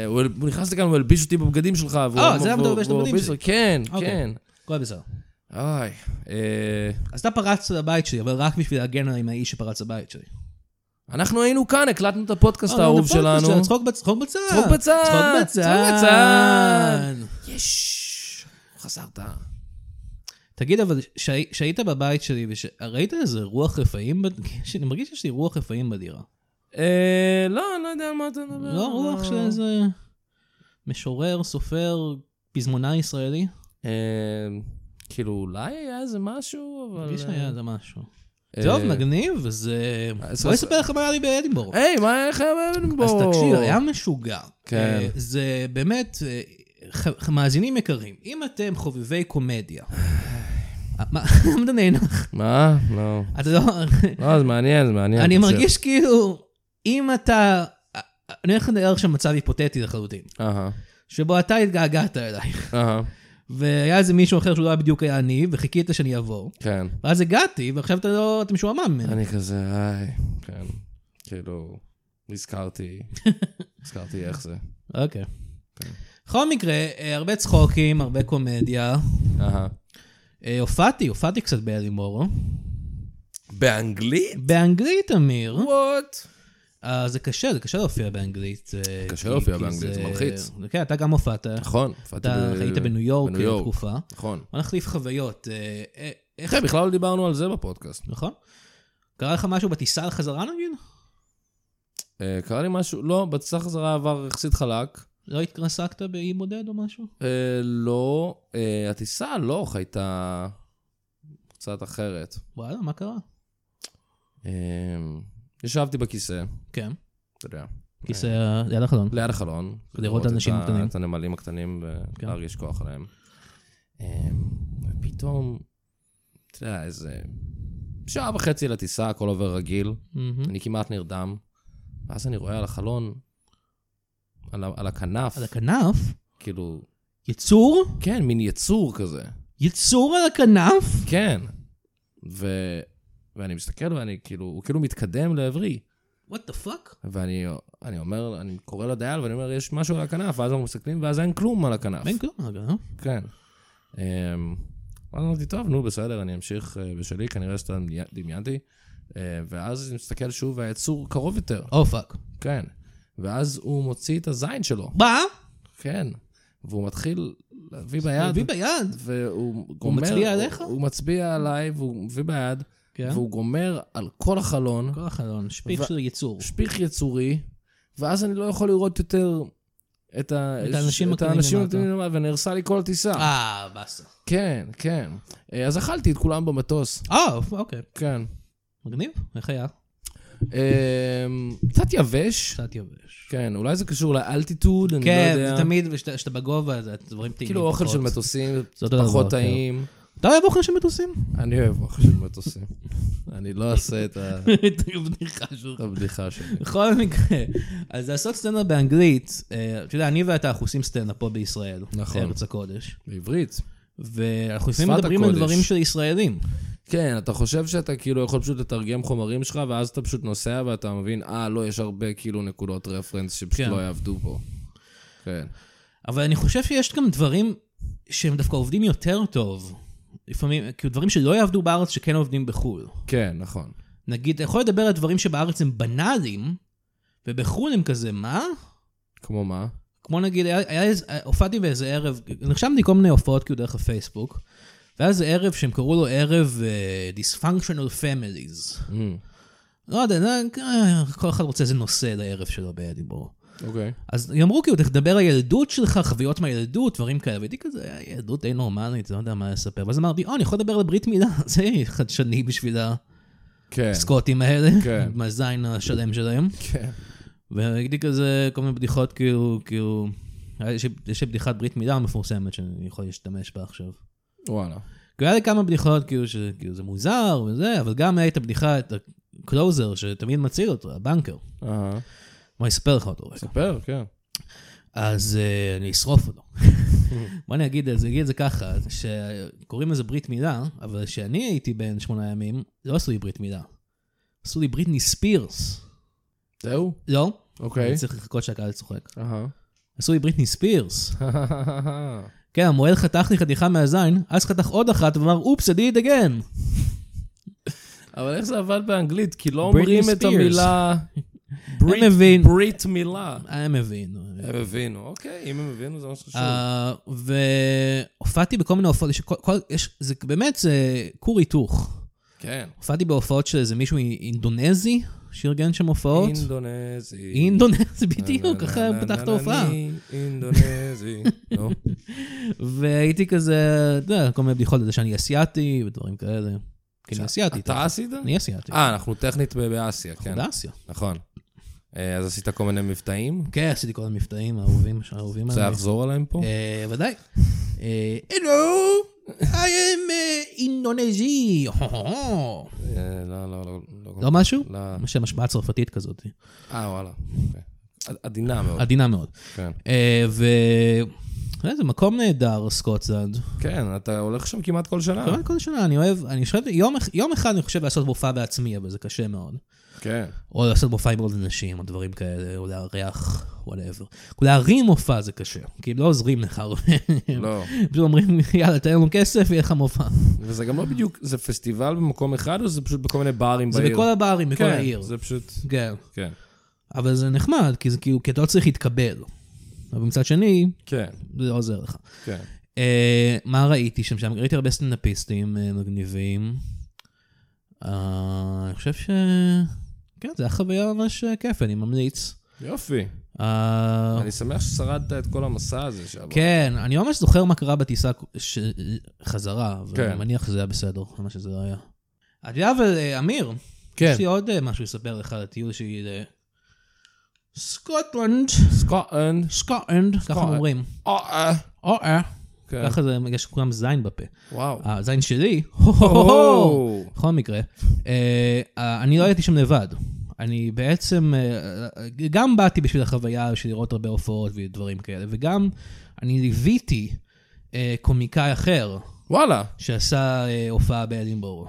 הוא הוא נכנס לכאן, הוא הלביש אותי בבגדים שלך. והוא- אה, זה היה והוא- מדבר של והוא הבגדים הלביש שלי. אותי. כן, אוקיי. כן. הכל בסדר. אוי. אה, אז אתה פרצת לבית שלי, אבל רק בשביל להגן עליי מהאיש שפרץ לבית שלי. אנחנו היינו כאן, הקלטנו את הפודקאסט אה, האהוב זה פודקאסט שלנו. צחוק בצד. צחוק בצד. צחוק בצד. צחוק צחוק בצד. בצד. יש. חזרת. אה. תגיד, אבל שהי- שהיית בבית שלי, וראית איזה רוח רפאים? בד- אני מרגיש שיש לי רוח רפאים בדירה. אה, לא, אני לא יודע על מה אתה מדבר. לא רוח אה. של איזה משורר, סופר, פזמונאי ישראלי? אה, כאילו, אולי היה איזה משהו, אבל... מרגיש שהיה איזה משהו. אה, טוב, מגניב, וזה... אז- בוא אז- נספר לך מה היה לי באדינבורג. היי, מה, איך היה באבנבורג? אז תקשיב, היה משוגע. כן. אה, זה באמת, אה, ח- מאזינים יקרים, אם אתם חובבי קומדיה, אה, מה, למה אתה נאנח? מה? לא. אתה לא... לא, זה מעניין, זה מעניין. אני תמשיך. מרגיש כאילו, אם אתה... אה, אה, אני הולך לדבר עכשיו מצב היפותטי לחלוטין, אהה, שבו אתה התגעגעת אליי, אהה. והיה איזה מישהו אחר שהוא לא היה בדיוק היה אני, וחיכית שאני אעבור. כן. ואז הגעתי, ועכשיו אתה לא, אתה משועמם ממנו. אני כזה, היי, כן. כאילו, נזכרתי, נזכרתי איך זה. אוקיי. כן. בכל מקרה, אה, הרבה צחוקים, הרבה קומדיה. אהה. אה, הופעתי, הופעתי קצת באלימורו. באנגלית? באנגלית, אמיר. וואט? אה, זה קשה, זה קשה להופיע באנגלית. אה, קשה כי- להופיע כי באנגלית, זה מלחיץ. כן, אתה גם הופעת. נכון, הופעתי אתה ב- היית בניו יורק בניו יורק, תקופה. נכון. בוא נחליף חוויות. אה, אה, איך... כן, בכלל לא דיברנו על זה בפודקאסט. נכון? קרה לך משהו בטיסה לחזרה נגיד? אה, קרה לי משהו, לא, בטיסה חזרה עבר יחסית חלק. לא התרסקת באי בודד או משהו? אה, לא, אה, הטיסה הלוך הייתה קצת אחרת. וואלה, מה קרה? אה, ישבתי בכיסא, כן. אתה יודע, כיסא ליד החלון. ליד החלון. לראות אנשים את ה- קטנים. את הנמלים הקטנים כן. ולהרגיש כוח עליהם. אה, ופתאום, אתה יודע, איזה שעה וחצי לטיסה, הכל עובר רגיל. מהמם. אני כמעט נרדם, ואז אני רואה על החלון, על, ה- על הכנף, על הכנף? כאילו, יצור? כן, מין יצור כזה, יצור על הכנף? כן. ו, ואני מסתכל ואני כאילו, הוא כאילו מתקדם לעברי, וואט דה פאק? ואני אני אומר, אני קורא לדייל ואני אומר, יש משהו על הכנף, ואז אנחנו מסתכלים, ואז אין כלום על הכנף. אין כלום, רגע, אה? כן. אמ, ואז אמרתי, טוב, נו, בסדר, אני אמשיך אה, בשלי, כנראה שאתה דמיינתי. אה, ואז אני מסתכל שוב, והיצור קרוב יותר, או פאק. כן. ואז הוא מוציא את הזין שלו. מה? כן, והוא מתחיל להביא ביד, תביא ביד. והוא גומר... מצביע עליך? הוא מצביע עליי, והוא מביא ביד, כן. והוא גומר על כל החלון, כל החלון, שפיך ו- של יצור. שפיך יצורי, ואז אני לא יכול לראות יותר את, ה... את האנשים את הקטנים האנשים למטה. הקטנים למטה, ונהרסה לי כל הטיסה. אה, באסה. כן, כן. אה, אז אכלתי את כולם במטוס, אה, אוקיי. כן. מגניב? איך היה? אמ, קצת יבש, קצת יבש. כן, אולי זה קשור לאלטיטוד, אני לא כן, יודע. זה תמיד, כשאתה בגובה, זה דברים טעימים. כאילו אוכל פחות. של מטוסים, זה אותו דבר, פחות כן. טעים. אתה אוהב אוכל של מטוסים? אני אוהב אוכל של מטוסים. אני לא אעשה את ה- את הבדיחה שלך. את הבדיחה שלי. בכל מקרה, אז לעשות סטנדאפ באנגלית, אה, אתה יודע, אני ואתה אנחנו עושים סטנדאפ פה בישראל. נכון. ארץ הקודש. בעברית. ואנחנו לפעמים שפת מדברים על הקודש. דברים של ישראלים. כן, אתה חושב שאתה כאילו יכול פשוט לתרגם חומרים שלך, ואז אתה פשוט נוסע ואתה מבין, אה, לא, יש הרבה כאילו נקודות רפרנס שפשוט כן. לא יעבדו פה. כן. אבל אני חושב שיש גם דברים שהם דווקא עובדים יותר טוב. לפעמים, כאילו דברים שלא יעבדו בארץ שכן עובדים בחו"ל. כן, נכון. נגיד, אתה יכול לדבר על דברים שבארץ הם בנאליים, ובחו"ל הם כזה, מה? כמו מה? כמו נגיד, היה, היה, איזה- הופעתי באיזה ערב, נרשמתי כל מיני הופעות כאילו דרך הפייסבוק, והיה איזה ערב שהם קראו לו ערב uh, dysfunctional families. אמ, לא יודע, לא, אה, כל אחד רוצה איזה נושא לערב שלו באדיבור. אוקיי. אז יאמרו כאילו, תדבר על ילדות שלך, חוויות מהילדות, דברים כאלה, והייתי כזה, "אה, ילדות די נורמלית, לא יודע מה לספר. ואז אמרתי, או, אני יכול לדבר על ברית מילה, זה חדשני בשביל כן. הסקוטים האלה, כן. מהזין השלם שלהם. כן. והייתי כזה כל מיני בדיחות כאילו, כאילו, היה- יש לי- יש לי בדיחת ברית מילה מפורסמת שאני יכול להשתמש בה עכשיו. וואלה. כאילו היה לי כמה בדיחות כאילו שכאילו זה מוזר וזה, אבל גם היה את הבדיחה, את הקלוזר שתמיד מציל אותו, הבנקר. אהה. בוא אני אספר לך אותו רגע. ספר, כן. אז אה, אני אשרוף אותו. בוא אני אגיד את זה, אגיד את זה ככה, שקוראים לזה ברית מילה, אבל כשאני הייתי בן שמונה ימים, לא עשו לי ברית מילה. עשו לי בריטני ספירס. זהו? לא? אוקיי. אני צריך לחכות שהקהל צוחק. אהה. עשו לי בריטני ספירס. כן, המוהל חתך לי חתיכה מהזין, אז חתך עוד אחת ואמר, אופס, I did it again. אבל איך זה עבד באנגלית? כי לא Britney אומרים את Spears. המילה... ברית- מבין. ברית מילה. אני מבין. אני מבין. הם הבינו, אוקיי, אם הם הבינו זה מה שחשוב. אה, והופעתי בכל מיני הופעות, יש- כל- כל- יש- זה באמת, זה כור היתוך. כן. הופעתי בהופעות של איזה מישהו אינדונזי, שארגן שם הופעות. אינדונזי. לא, אינדונזי, בדיוק, אחרי נה, נה, פתח נה, את ההופעה. לא, נה, נה, אינדונזי. נו. והייתי כזה, אתה יודע, כל מיני בדיחות על זה שאני אסיאתי ודברים כאלה. כי אני אסיאתי. אתה עשית? כאילו, אני אסיאתי. אה, אנחנו טכנית ב- באסיה, כן. אתה אסיה. נכון. אה, אז עשית כל מיני מבטאים? כן, עשיתי כל מיני מבטאים האהובים, האהובים זה עליי. יחזור עליהם פה? אה, ודאי. אה, Hello, I am אה, אינדונזי. אה, לא, לא, לא. לא משהו? לא. שם השפעה צרפתית כזאת. אה, וואלה. אוקיי. עד- עדינה מאוד. עדינה מאוד. כן. אה, ו... אה, זה מקום נהדר, סקוטלנד. כן, אתה הולך שם כמעט כל שנה. כמעט כל שנה, אני אוהב, אני חושב, יום אח- יום אחד אני חושב לעשות מופע בעצמי, אבל זה קשה מאוד. כן. או לעשות מופע עם עוד אנשים, או דברים כאלה, או לארח, וואטאבר. להרים מופע זה קשה, כי הם לא עוזרים לך הרבה. לא. פשוט אומרים, יאללה, תן לנו כסף, יהיה לך מופע. וזה גם לא בדיוק, זה פסטיבל במקום אחד, או זה פשוט בכל מיני ברים זה בעיר? בכל הברים, בכל כן, העיר. זה פשוט, כן. כן. אבל זה נחמד, כי זה כאילו, כי אתה לא צריך להתקבל. אבל מצד שני, כן, זה לא עוזר לך. כן. אה, מה ראיתי שם שם? ראיתי הרבה סטנדאפיסטים אה, מגניבים. אה, אני חושב ש... כן, זו הייתה חוויה ממש אה, כיף, אני ממליץ. יופי. אה, אני שמח ששרדת את כל המסע הזה שעבר. כן, אני ממש זוכר מה קרה בטיסה ש... חזרה, אבל כן. אני מניח שזה היה בסדר, מה שזה לא היה. אתה יודע, אבל אה, אמיר, כן. יש לי עוד אה, משהו לספר לך על הטיול שלי ל... סקוטלנד, סקוטלנד. סקוטלנד, ככה הם אומרים. אה, אה. או אה, כן. ככה זה, יש לכולם זין בפה. וואו. הזין שלי, או. בכל מקרה, אה, אה, אני לא הייתי שם לבד. אני בעצם, אה, אה, גם באתי בשביל החוויה של לראות הרבה הופעות ודברים כאלה, וגם אני ליוויתי אה, קומיקאי אחר וואלה, שעשה אה, הופעה באדינבורו.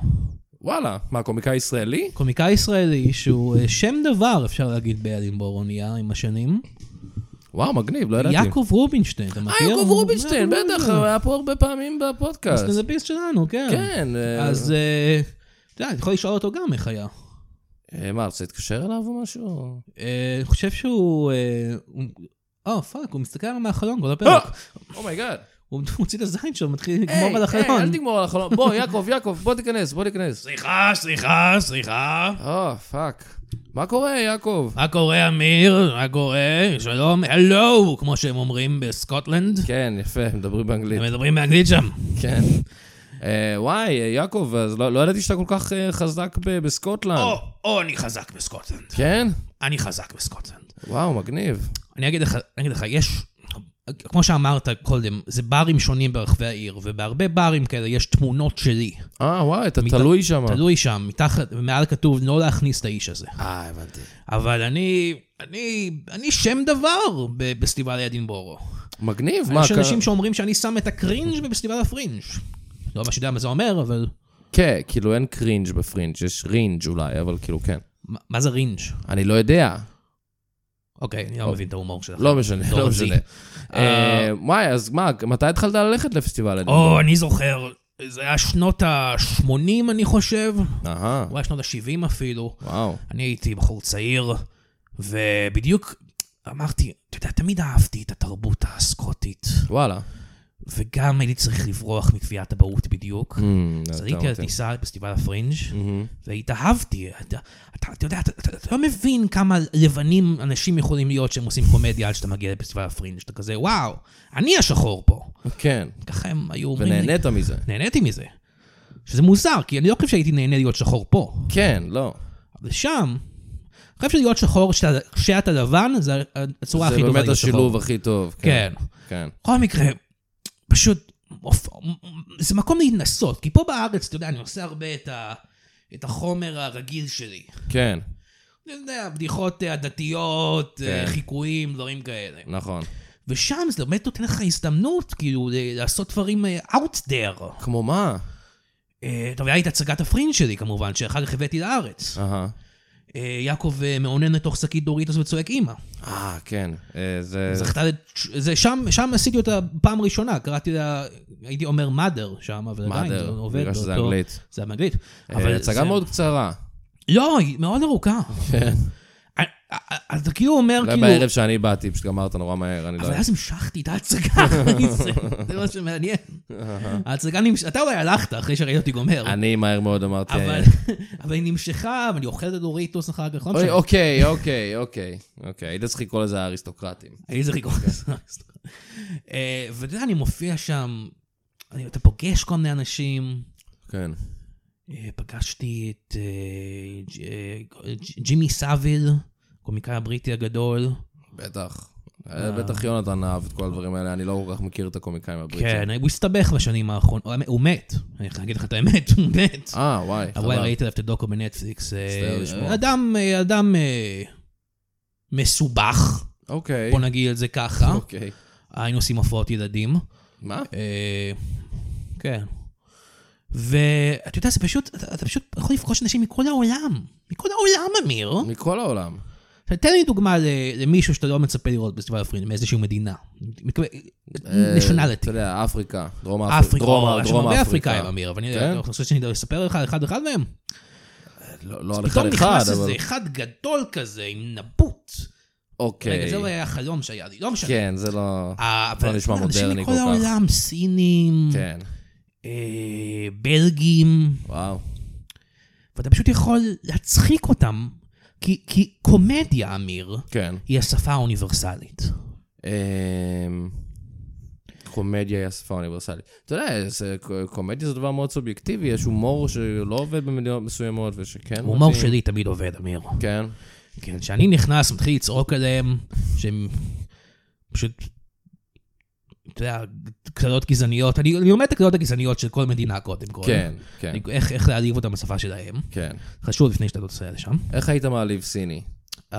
וואלה. מה, קומיקאי ישראלי? קומיקאי ישראלי שהוא אה, שם דבר, אפשר להגיד, באדינבורו נהיה עם השנים. וואו, מגניב, לא ידעתי. יעקב רובינשטיין, אתה מכיר? אה, יעקב רובינשטיין, יעקב בטח, רובינשטיין. הוא היה פה הרבה פעמים בפודקאסט. הסטנדאפיסט שלנו, כן. כן. אה, אז אה, אתה יודע, אתה יכול לשאול אותו גם איך היה. אה, מה, רוצה להתקשר אליו או משהו? אה, אני חושב שהוא... אה, הוא- אה, פאק, הוא מסתכל עליו מהחלון כל הפרק. אומייגאד. הוא מוציא את הזין שלו, מתחיל לגמור על החלון. אל תגמור על החלום. בוא, יעקב, יעקב, בוא תיכנס, בוא תיכנס. סליחה, סליחה, סליחה. אה, פאק. מה קורה, יעקב? מה קורה, אמיר? מה קורה? שלום, הלו, כמו שהם אומרים בסקוטלנד. כן, יפה, מדברים באנגלית. הם מדברים באנגלית שם. כן. אה, וואי, יעקב, אז לא לא ידעתי שאתה כל כך אה, חזק ב- בסקוטלנד. או, או, אני חזק בסקוטלנד. כן? אני חזק בסקוטלנד. וואו, מגניב. אני אגיד לך, אני אגיד לך, יש... כמו שאמרת קודם, זה ברים שונים ברחבי העיר, ובהרבה ברים כאלה יש תמונות שלי. אה, וואי, אתה מת- תלוי שם. תלוי שם, מתחת, ומעל כתוב לא להכניס את האיש הזה. אה, הבנתי. אבל אני, אני, אני שם דבר ב- בפסטיבל אדינבורו. מגניב, מה? יש קרה- אנשים שאומרים שאני שם את הקרינג' בפסטיבל הפרינג'. לא ממש יודע מה זה אומר, אבל... כן, כאילו אין קרינג' בפרינג', יש רינג' אולי, אבל כאילו כן. מה- מה זה רינג'? אני לא יודע. אוקיי, אני לא מבין את ההומור שלך. לא משנה, דור לא Z. משנה. אה, וואי, אז מה, מתי התחלת ללכת לפסטיבל? אני- או, אני זוכר, זה היה שנות ה-80, אני חושב, אהה, אולי שנות ה-70 אפילו. וואו. אני הייתי בחור צעיר, ובדיוק אמרתי, אתה יודע, תמיד אהבתי את התרבות הסקוטית, וואלה. וגם הייתי צריך לברוח מתביעת אבהות בדיוק. אמ, אז אתה Mm-hmm. עליתי על מתאים. טיסה לפסטיבל הפרינג', מהמם. והתאהבתי. אתה, אתה, אתה יודע, אתה, אתה, אתה לא מבין כמה לבנים אנשים יכולים להיות שהם עושים קומדיה עד שאתה מגיע לפסטיבל הפרינג'. אתה כזה, וואו, אני השחור פה. כן, ככה הם היו אומרים לי. ונהנית מזה. נהניתי מזה. שזה מוזר, כי אני לא חושב שהייתי נהנה להיות שחור פה. כן, לא. אבל שם, אני חושב שלהיות שחור כשאתה- כשאתה לבן, זה הצורה הכי זה טובה להיות שחור. באמת השילוב הכי טוב. כן. כן. בכל מקרה, פשוט, אוף, זה מקום להתנסות, כי פה בארץ, אתה יודע, אני עושה הרבה את, ה, את החומר הרגיל שלי. כן, אתה יודע, בדיחות אה, עדתיות, אה, כן. חיקויים, דברים כאלה. נכון. ושם זה באמת נותן לך הזדמנות, כאילו, ל- לעשות דברים אה, out there. כמו מה? אה, טוב, היה לי את הצגת הפרינג' שלי, כמובן, שאחר כך הבאתי לארץ. אהה. אה, יעקב אה, מאונן לתוך שקית דוריטוס וצועק אימא. אה, כן. אה, זה... זכתה לת- זה שם, שם עשיתי אותה פעם ראשונה, קראתי לה, הייתי אומר mother שם, אבל עדיין זה מאדר, עובד בגלל שזה באותו- אנגלית. זה היה באנגלית. אבל זה- אה, הצגה מאוד קצרה. לא, היא מאוד ארוכה. כן. אה, אה, אה, אז אתה כאילו אומר, אולי כאילו... בערב שאני באתי, פשוט גמרת נורא מהר, אני לא... אבל אז המשכתי את ההצגה, זה- זה מה שמעניין. ההצגה נמשכה, אתה אולי הלכת אחרי שראית אותי גומר. אה. אני מהר מאוד אמרתי... אבל אבל היא נמשכה, ואני אוכל את הדוריטוס אחר כך, לא אוי, משנה. אוקיי, אוקיי, אוקיי. אוקיי, היית צריך לקרוא לזה האריסטוקרטים. איזה חיכוך. אה, ואתה יודע, אני מופיע שם, אני- אתה פוגש כל מיני אנשים. כן. אה, פגשתי את אה, ג'- אה, ג'- ג'ימי סאביל, קומיקאי הבריטי הגדול. בטח. אה, בטח יונתן אהב את כל הדברים האלה, אני לא כל כך מכיר את הקומיקאים הבריטים. כן, הוא הסתבך בשנים האחרונות, הוא- הוא מת, אני חייב להגיד לך את האמת, הוא מת. אה, וואי, אבל חבל. ראית עליו את הדוקו בנטפליקס. אה, מצטער לשמוע. אדם, אה, אדם אה, מסובך, אוקיי. בוא נגיד את זה ככה. אוקיי. היינו עושים הפרעות ילדים. מה? אה, כן. ואתה יודע, זה פשוט, אתה אתה פשוט יכול לפגוש אנשים מכל העולם. מכל העולם, אמיר. מכל העולם. עכשיו, תן לי דוגמה ל- למישהו שאתה לא מצפה לראות בפסטיבל הפרינג' מאיזושהי מדינה. אה, נשונלטי. אתה יודע, אפריקה, דרום אפריקה. אפריקה, דרום וואלה, יש שם דרום הרבה אפריקה. אפריקאים, אמיר, אבל אני כן? אני חושב שאני אספר לך על אחד אחד מהם. לא לא על אחד פתאום אחד, נכנס אבל... איזה אחד גדול כזה עם נבוט. רגע, אוקיי. זה לא היה החלום שהיה לי, לא משנה. כן, זה לא... אה, לא אבל נשמע מודרני כל אנשים מכל כך. העולם, סינים, כן, אה, בלגים, וואו. ואתה פשוט יכול להצחיק אותם, כי- כי קומדיה, אמיר, כן. היא השפה האוניברסלית. אמ, קומדיה היא השפה האוניברסלית. אתה יודע, זה- קומדיה זה דבר מאוד סובייקטיבי, יש הומור שלא עובד במדינות מסוימות ושכן. הומור מתאים. שלי תמיד עובד, אמיר. כן. כן, כשאני נכנס, מתחיל לצעוק עליהם, שהם פשוט, אתה יודע, קללות גזעניות. אני, אני לומד את הקללות הגזעניות של כל מדינה קודם כל. כן, כן, אני, איך, איך להעליב אותם בשפה שלהם. כן. חשוב לפני שאתה נוסע לשם. איך היית מעליב סיני? Uh,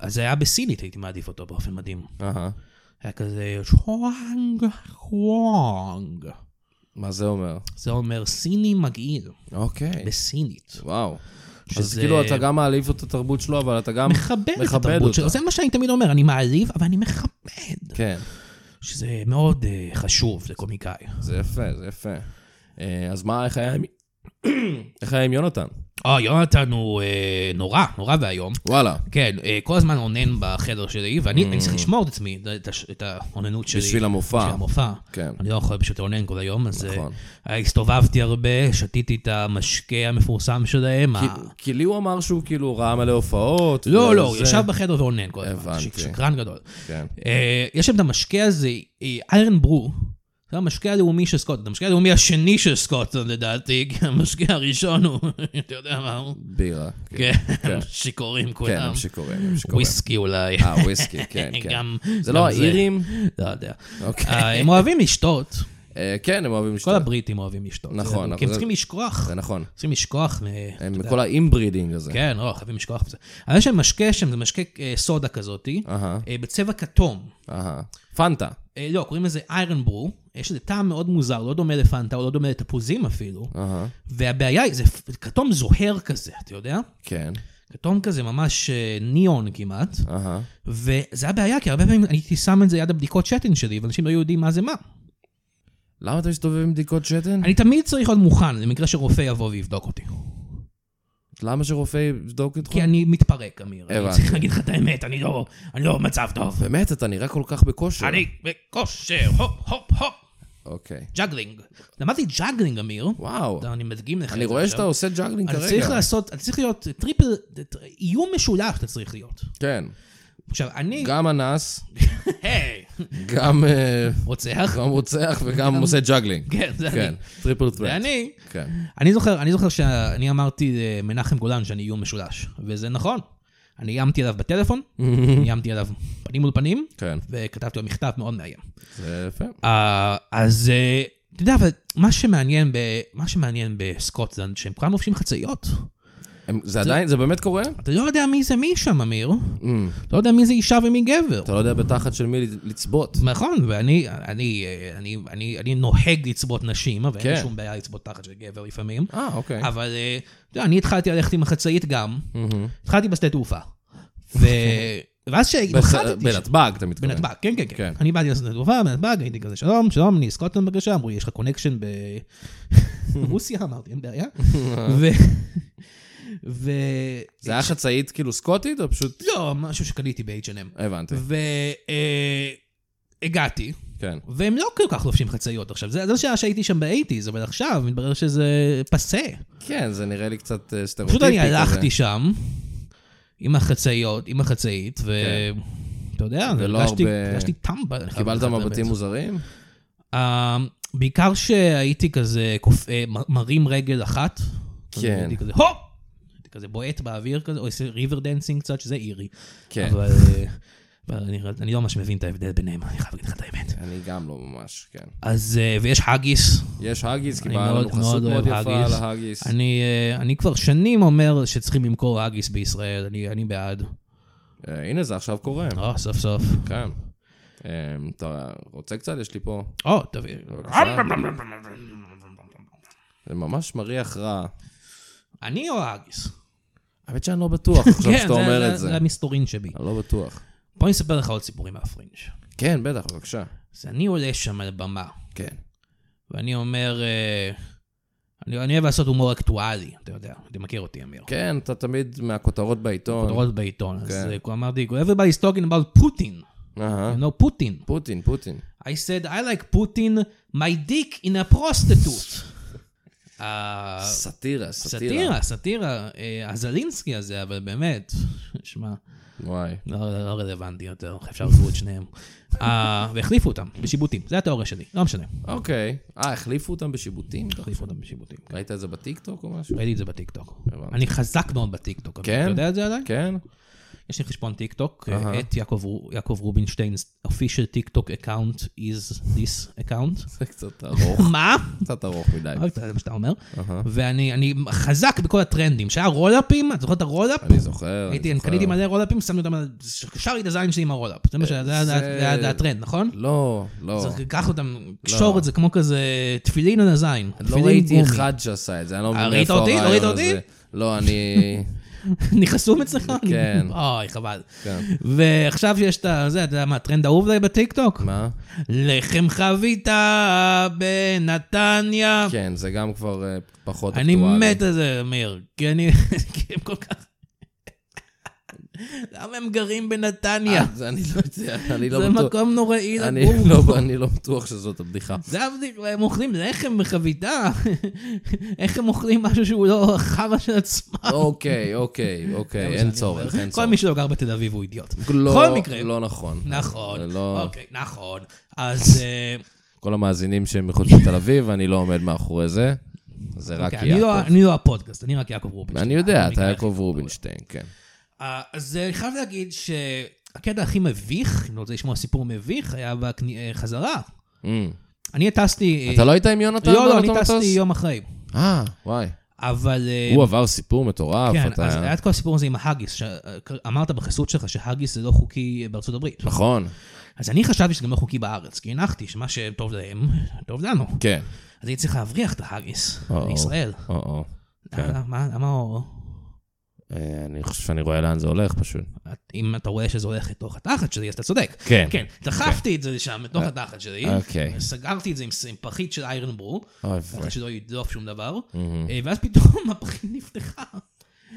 אז זה היה בסינית, הייתי מעדיף אותו באופן מדהים. אהה. היה כזה שוואנג חוואנג. מה זה אומר? זה אומר סיני מגעיל, אוקיי. בסינית. וואו. אז שזה- כאילו אתה גם מעליב את התרבות שלו, אבל אתה גם... מכבד את מכבד התרבות שלו, אותה. זה מה שאני תמיד אומר, אני מעליב, אבל אני מכבד. כן. שזה מאוד אה, חשוב לקומיקאי. זה יפה, זה יפה. אה, אז מה, איך היה עם... איך היה עם יונתן? אה, יונתן הוא אה, נורא, נורא ואיום. וואלה. כן, אה, כל הזמן אונן בחדר שלי, ואני אני צריך לשמור את עצמי, את הש- את האוננות שלי. Mm. בשביל המופע. בשביל המופע. כן. אני לא יכול פשוט לאונן כל היום, אז אה, נכון. אה, הסתובבתי הרבה, שתיתי את המשקה המפורסם שלהם. ה- כי- כי לי הוא אמר שהוא כאילו ראה מלא הופעות. לא, לא, הוא וזה- ישב בחדר ואונן כל הזמן. הבנתי. ש- שקרן גדול. כן. אה, יש שם את המשקה הזה, איירן ברו. זה המשקה הלאומי של סקוט, המשקה הלאומי השני של סקוט לדעתי, כי המשקה הראשון הוא, אתה יודע מה הוא? בירה. כן, כן. שיכורים כן, כולם. הם שיכורים, הם שיכורים. וויסקי אולי. אה, וויסקי, כן, כן. גם- זה גם לא האירים? לא יודע. אה, אוקיי. הם אוהבים לשתות, אה, כן, הם אוהבים כל לשתות. הבריטים אוהבים לשתות. זה נכון, ידוע, אבל כי הם זה- צריכים לשכוח, זה נכון. צריכים לשכוח. מ- הם אתה יודע. כל האימברידינג הזה. כן, לא, חייבים לשכוח מזה. אבל יש להם משקה שם, זה משקה אה, סודה כזאתי, אהה, אה, בצבע כתום. אהה. פנטה. אה, לא, קוראים לזה איירן ברו, יש לזה טעם מאוד מוזר, לא דומה לפנטה, הוא לא דומה לתפוזים אפילו. אהה, והבעיה היא, זה פ- כתום זוהר כזה, אתה יודע? כן. כתום כזה ממש אה, ניאון כמעט. אהה. וזה היה בעיה, כי הרבה פעמים אני הייתי שם את זה ליד הבדיקות שתן שלי, ואנשים לא היו יודעים מה זה מה. למה אתה מסתובב עם בדיקות שתן? אני תמיד צריך להיות מוכן למקרה שרופא יבוא ויבדוק אותי. למה שרופא יבדוק אותך? כי אני מתפרק, אמיר. אני נכון. הבנתי. צריך להגיד לך את האמת, אני לא אני לא במצב טוב. באמת, אתה נראה כל כך בכושר. אני בכושר, הופ, הופ, הופ, אוקיי. ג'אגלינג. למדתי ג'אגלינג, אמיר. וואו. אתה- אני מדגים לך את זה אני רואה שאתה עכשיו. עושה ג'אגלינג אתה כרגע. צריך לעשות, אתה צריך להיות טריפל, איום משולש אתה צריך להיות. כן. עכשיו, אני, גם אנס, היי, גם אה, רוצח? גם רוצח וגם עושה ג'אגלינג. כן, זה אני. כן, טריפל טרנט. זה אני. כן. אני זוכר, אני זוכר שאני אמרתי למנחם גולן שאני איום משולש, וזה נכון. אני איימתי עליו בטלפון, איימתי עליו פנים מול פנים, כן, וכתבתי לו מכתב מאוד מאיים. זה יפה. אה, אז אה, אתה יודע, אבל מה שמעניין, ב, מה שמעניין בסקוטלנד, שהם כולם לובשים חצאיות. הם- זה עדיין, זה באמת קורה? אתה לא יודע מי זה מי שם, אמיר. אמ, לא יודע מי זה אישה ומי גבר. אתה לא יודע בתחת של מי לצבות. נכון, ואני אני, אה, אני, אני, אני נוהג לצבות נשים, אבל אין כן. לי שום בעיה לצבות תחת של גבר לפעמים. אה, אוקיי. אבל אה, אתה יודע, אני התחלתי ללכת עם החצאית גם, מהמם. התחלתי בשדה תעופה. ו... בס- ואז שנחתתי... אוקיי. בנתב"ג, אתה מתכוון. בנתב"ג, כן, כן, כן. כן. אני באתי לשדה תעופה, בנתב"ג, הייתי כזה, שלום, שלום, אני סקוטלנד בבקשה, אמרו, יש לך קונקשן ברוסיה, אמרתי, אין בעיה. ו... ו... זה היה חצאית כאילו סקוטית, או פשוט... לא, משהו שקניתי ב-H&M. אה, הבנתי, והגעתי, כן. והם לא כל כך לובשים חצאיות עכשיו, זה זה לא שהיה שהייתי שם באייטיז, אבל עכשיו מתברר שזה פסה. כן, זה נראה לי קצת אה, סטריאוטיפי פשוט כזה. אני הלכתי שם, עם החצאיות, עם החצאית, ו... כן. אתה יודע, ולא הרגשתי הרבה- הרגשתי טמבל. אני חייב קיבלת להגיד את מבטים האמת. מוזרים? אה, בעיקר שהייתי כזה קופ- אה, מ- מרים רגל אחת. כן. הייתי כזה, הו! הייתי כזה בועט באוויר כזה, או עושה ריבר דנסינג קצת, שזה אירי. כן. אבל אה, אבל אני- אני לא ממש מבין את ההבדל ביניהם, אני חייב להגיד לך את האמת. אני גם לא ממש, כן. אז, אה, ויש האגיס, יש האגיס, אני קיבלנו מאוד- חסות מאוד מאוד אוהב יפה על האגיס. ההאגיס. אני, אה, אני כבר שנים אומר שצריכים למכור האגיס בישראל, אני, אני בעד. אה, הנה, זה עכשיו קורה. או, סוף סוף. כן. אה, אתה רוצה קצת? יש לי פה. או, אה, לא תביא. בבקשה. זה ממש מריח רע. אני או האגיס? האמת שאני לא בטוח עכשיו שאתה אומר את זה. כן, זה המסתורין שבי. אני לא בטוח. בוא אני אספר לך עוד סיפורים מהפרינג'. כן, בטח, בבקשה. אז אני עולה שם על הבמה, כן. ואני אומר... אה, אני אני אוהב לעשות הומור אקטואלי, אתה יודע, אתה מכיר אותי, אמיר. כן, אתה תמיד מהכותרות בעיתון. כותרות בעיתון, אז כן. אה? אה, אמרתי, everybody's talking about Putin, אהה. you know, Putin. פוטין, פוטין. I said, I like Putin, my dick in a prostitute. אה, סאטירה, סאטירה. סאטירה, סאטירה, אה, הזלינסקי הזה, אבל באמת, שמע, וואי. לא, לא רלוונטי יותר, אפשר לעזבו את שניהם. אה, והחליפו אותם בשיבוטים, זה התיאוריה שלי, לא משנה, אוקיי. אה, החליפו אותם בשיבוטים? החליפו אותם בשיבוטים. כן. ראית את זה בטיקטוק או משהו? ראיתי את זה בטיקטוק. הבנתי. אני חזק מאוד בטיקטוק, אבל כן? אתה יודע את זה עליי? כן? יש לי חשבון טיקטוק, אה, אהה. את יעקב רו- יעקב רובינשטיין, official טיקטוק account is this account. זה קצת ארוך. מה? קצת ארוך מדי. רק זה מה שאתה אומר. אה. אהה. ואני אני חזק בכל הטרנדים, שהיה רולאפים, אתה זוכר את הרולאפ? אני זוכר. כן, הייתי, אני אני זוכר. קניתי מלא רולאפים, שמתי אותם על... שרתי את הזין שלי עם הרולאפ. זה מה ש... זה היה- זה- זה היה זה היה הטרנד, נכון? לא, לא. אז קח אותם, קשור את זה כמו כזה תפילין על הזין. לא תפילין ראיתי גומי. אחד שעשה את זה, אני לא מבין ראית איפה אותי? לא הרעיון ראית הזה. אותי? לא, אני... נכנסו אצלך? כן. אוי, חבל. כן. ועכשיו שיש את ה... זה, אתה יודע מה, הטרנד האהוב עליי בטיקטוק? מה? לחם חביתה בנתניה. כן, זה גם כבר אה, פחות אני אקטואלי. מת על זה, אמיר. כי אני... כי הם כל כך... למה הם גרים בנתניה? אה, זה אני לא יודע, אני לא זה בטוח. מקום נוראי אני לגור. לא- אני לא בטוח שזאת הבדיחה. זה הבדיק, הם אוכלים לחם בחביתה. איך הם אוכלים משהו שהוא לא חרא של עצמם? אוקיי, אוקיי, אוקיי, זה אין מה שאני אומר. צורך, אין כל צורך. מי שלא גר בתל אביב הוא אידיוט. לא- בכל מקרה. לא נכון. זה נכון, לא- אוקיי, נכון. אז אה, כל המאזינים שהם מחוץ לתל אביב, אני לא עומד מאחורי זה. זה רק אוקיי, אני לא- יעקב. אני לא הפודקאסט, אני רק יעקב רובינשטיין. אני יודע, אתה המקרה הכי יעקב טוב רובינשטיין, כן. אה, אז אה, אני חייב להגיד שהקטע הכי מביך, אם לא רוצה לשמוע סיפור מביך, היה בחזרה. אמ. אני טסתי... אה, אתה לא היית עם יונתן? לא, לא, באותו אני מטוס? טסתי יום אחרי. אה, וואי. אבל... אה, הוא עבר סיפור מטורף. כן, אתה- אז היה את כל הסיפור הזה עם ההאגיס, שאמרת בחסות שלך שהאגיס זה לא חוקי בארצות הברית. נכון, אז אני חשבתי שזה גם לא חוקי בארץ, כי הנחתי שמה שטוב להם, טוב לנו. כן. אז אני צריך להבריח את ההאגיס או-או. לישראל. או-או. כן. למה- מה- למה... או- אה, אני חושב שאני רואה לאן זה הולך פשוט. אם אתה רואה שזה הולך לתוך התחת שלי, אז אתה צודק. כן. אה, כן, דחפתי את זה לשם, לתוך התחת שלי. אוקיי. סגרתי את זה עם ס- עם פחית של איירן ברו, אוי Mm-hmm. ככה ואבוי. שלא ידלוף שום דבר, מהמם. אה, ואז פתאום הפחית נפתחה.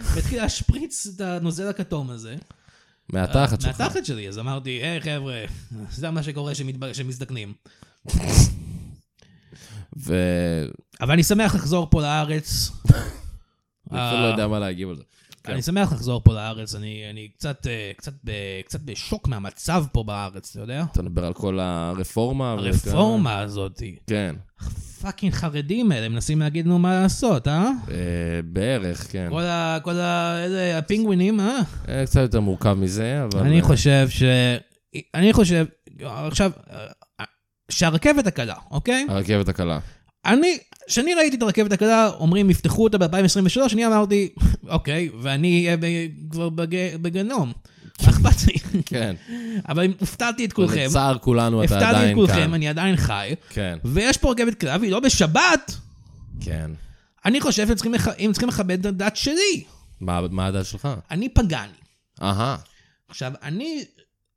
והתחיל להשפריץ את הנוזל הכתום הזה. מהתחת שלך. מהתחת שלי, אז אמרתי, היי חבר'ה, זה מה שקורה שמתב- שמזדקנים. ו... אבל אני שמח לחזור פה לארץ. אני אפילו אה. לא יודע מה להגיב על זה. כן. אני שמח לחזור פה לארץ, אני אני קצת, אה, קצת ב- קצת בשוק מהמצב פה בארץ, אתה יודע? אתה מדבר על כל הרפורמה. וכל- הרפורמה הזאת. כן. פאקינג חרדים האלה מנסים להגיד לנו מה לעשות, אה? אה, בערך, כן. כל ה... כל ה... אלה הפינגווינים, אה? אה, קצת יותר מורכב מזה, אבל... אני אה, חושב ש... אני חושב... עכשיו, אה, שהרכבת הקלה, אוקיי? הרכבת הקלה. אני, כשאני ראיתי את הרכבת הקלה, אומרים, יפתחו אותה ב-2023, אני אמרתי, אוקיי, ואני אהיה ב- כבר בג- בגנום. מה אכפת לי? כן. אבל הופתעתי את כולכם. לצער כולנו אתה הפתעתי עדיין את כאן. כולכם, אני עדיין חי. כן, ויש פה רכבת קלה, והיא לא בשבת. כן. אני חושב שהם צריכים לכ- הם צריכים לכבד את הדת שלי. מה מה הדעת שלך? אני פגאני. אהה. עכשיו, אני...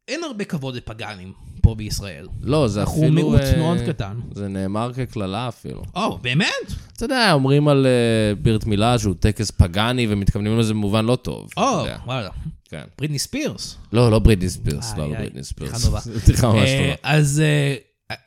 אין הרבה כבוד לפגאנים פה בישראל. לא, זה אנחנו אפילו... מיעוט אה, מאוד קטן. זה נאמר כקללה אפילו. או, באמת? אתה יודע, אומרים על אה, ברית מילה שהוא טקס פגאני ומתכוונים לזה במובן לא טוב. או, אתה יודע, וואלה. כן. בריטני ספירס. לא, לא בריטני ספירס, איי, לא, לא איי, בריטני ספירס. בדיחה נוראה. זו בדיחה ממש אה, טובה. אז אה,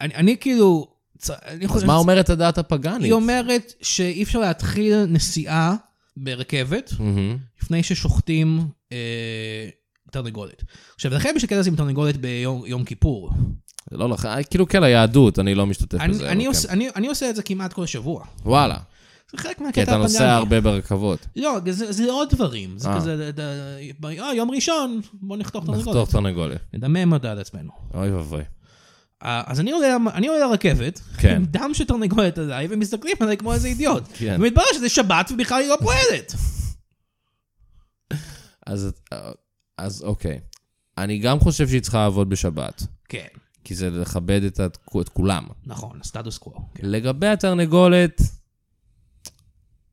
אני אני כאילו... צ- אני אז חושב- מה אומרת הדעת הפגאנית? היא אומרת שאי אפשר להתחיל נסיעה ברכבת מהמם. לפני ששוחטים אה, תרנגולת. עכשיו, לכן יש לי קטע הזה עם תרנגולת ביום יום כיפור. זה לא לך, אה, כאילו כן היהדות, אני לא משתתף אני- בזה. אבל אני כן. עושה- אני- אני עושה את זה כמעט כל שבוע. וואלה, זה חלק כי מהקטע אתה הפגני. נוסע הרבה ברכבות. לא, זה זה עוד דברים. זה אה. כזה, ד- ד- ב- אה, יום ראשון, בוא נחתוך תרנגולת. נחתוך תרנגולת. נדמם אותה על עצמנו. אוי ואבוי. אה, אז אני עולה, אני עולה לרכבת, כן. עם דם של תרנגולת עליי, ומסתכלים עליי כמו איזה אידיוט. כן. ומתברר שזה שבת ובכלל היא לא פועלת. אז, אה, אז אוקיי. אני גם חושב שהיא צריכה לעבוד בשבת. כן. כי זה לכבד את, התק- את כולם. נכון, הסטטוס קוו. כן. לגבי התרנגולת,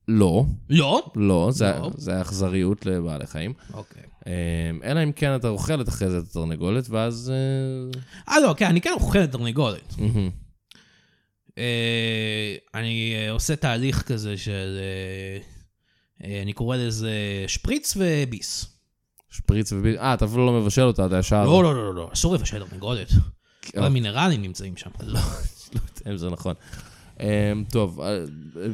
לא, לא? לא, זה, לא. זה אכזריות לבעלי חיים. אוקיי. אה, אלא אם כן אתה אוכלת אחרי זה את התרנגולת, ואז... אה, אה, לא, כן, אני כן אוכל תרנגולת. מהמם. אה, אני אה, עושה תהליך כזה של... אה, אה, אני קורא לזה שפריץ וביס. שפריץ וביט... אה, אתה אפילו לא מבשל אותה, אתה ישר... לא, לא, לא, לא, לא, אסור לבשל תרנגולת. כל המינרלים נמצאים שם. לא, אה, זה נכון. אה, טוב, אה,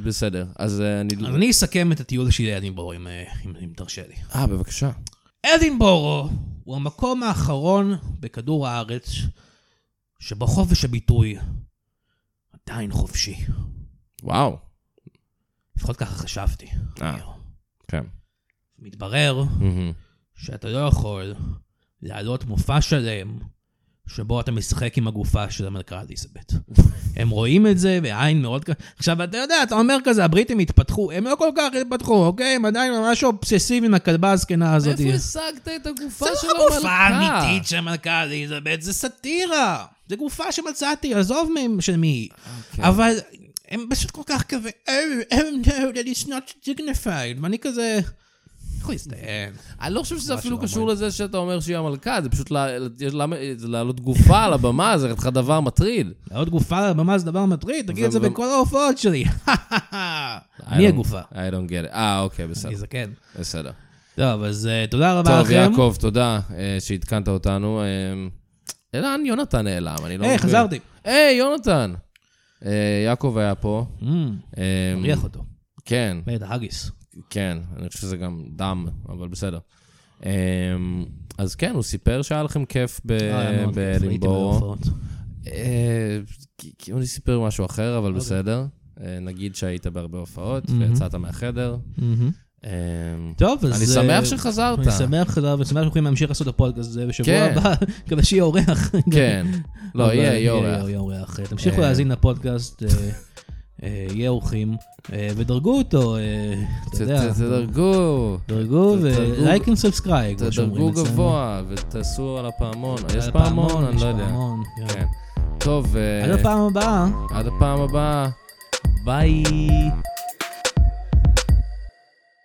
בסדר. אז אה, אני... אז אני אסכם את הטיול שלי לאדינבורו, אם, אה, אם, אם תרשה לי. אה, בבקשה. אדינבורו הוא המקום האחרון בכדור הארץ שבו חופש הביטוי עדיין חופשי. וואו. לפחות ככה חשבתי. אה. כן. מתברר מהמם. שאתה לא יכול להעלות מופע שלם שבו אתה משחק עם הגופה של המלכה אליזבת. הם רואים את זה בעין מאוד כ... עכשיו, אתה יודע, אתה אומר כזה, הבריטים התפתחו, הם לא כל כך התפתחו, אוקיי? הם עדיין ממש אובססיביים לכלבה הזקנה הזאת. מאיפה השגת את הגופה זה של לא גופה המלכה? אמיתית של המלכה אליזבת, זה סאטירה. זה גופה שמצאתי, עזוב מהם של מי. אוקיי. אבל הם פשוט כל כך כזה, oh, oh no, that is not dignified, ואני כזה... יכול להסתיים. אני לא חושב שזה משהו אפילו לא קשור לזה שאתה אומר שהיא המלכה, זה פשוט לה- יש לה- זה להעלות גופה על הבמה, זה לך דבר מטריד. לעלות גופה על הבמה זה דבר מטריד, תגיד את זה ו- ו- בכל ההופעות שלי. מי I don't- הגופה? I don't get it. אה, אוקיי, בסדר. אני זקן. בסדר. טוב, אז אה, תודה רבה טוב, לכם. יעקב, תודה אה, שעדכנת אותנו. אה, לאן יונתן נעלם? אני לא... היי, מבין. חזרתי. היי, יונתן! אה, יעקב היה פה. אה, אמ? מריח אותו. כן, ואת ההגיס. כן, אני חושב שזה גם דם, אבל בסדר. אה, אז כן, הוא סיפר שהיה לכם כיף ב- אה, היה מאוד כיף, הייתי באלינבורו. בהופעות. אה, כי- כי הוא סיפר משהו אחר, אוקיי. אבל בסדר. אה, נגיד שהיית בהרבה הופעות ויצאת מהחדר. מהמם. אה, טוב, אז... אני אה, שמח שחזרת. אני שמח חזר, ואני שמח שאנחנו יכולים להמשיך לעשות את הפודקאסט הזה בשבוע כן. הבא, מקווה שיהיה אורח. כן. לא, אבל יהיה, יהיה אורח. יהיה אורח. תמשיכו אה. להאזין לפודקאסט, אה, אה, יהיה אורחים, אה, ודרגו אותו, אה, אתה יודע. לא ת- ת- תדרגו, דרגו ת- תדרגו- ולייק אנד סאבסקרייב, כמו שאומרים תדרגו אצלנו. גבוה ותעשו על הפעמון. יש על פעמון? אני יש לא יודע. פעמון, כן. כן. טוב, אה, עד הפעם הבאה. עד הפעם הבאה. ביי.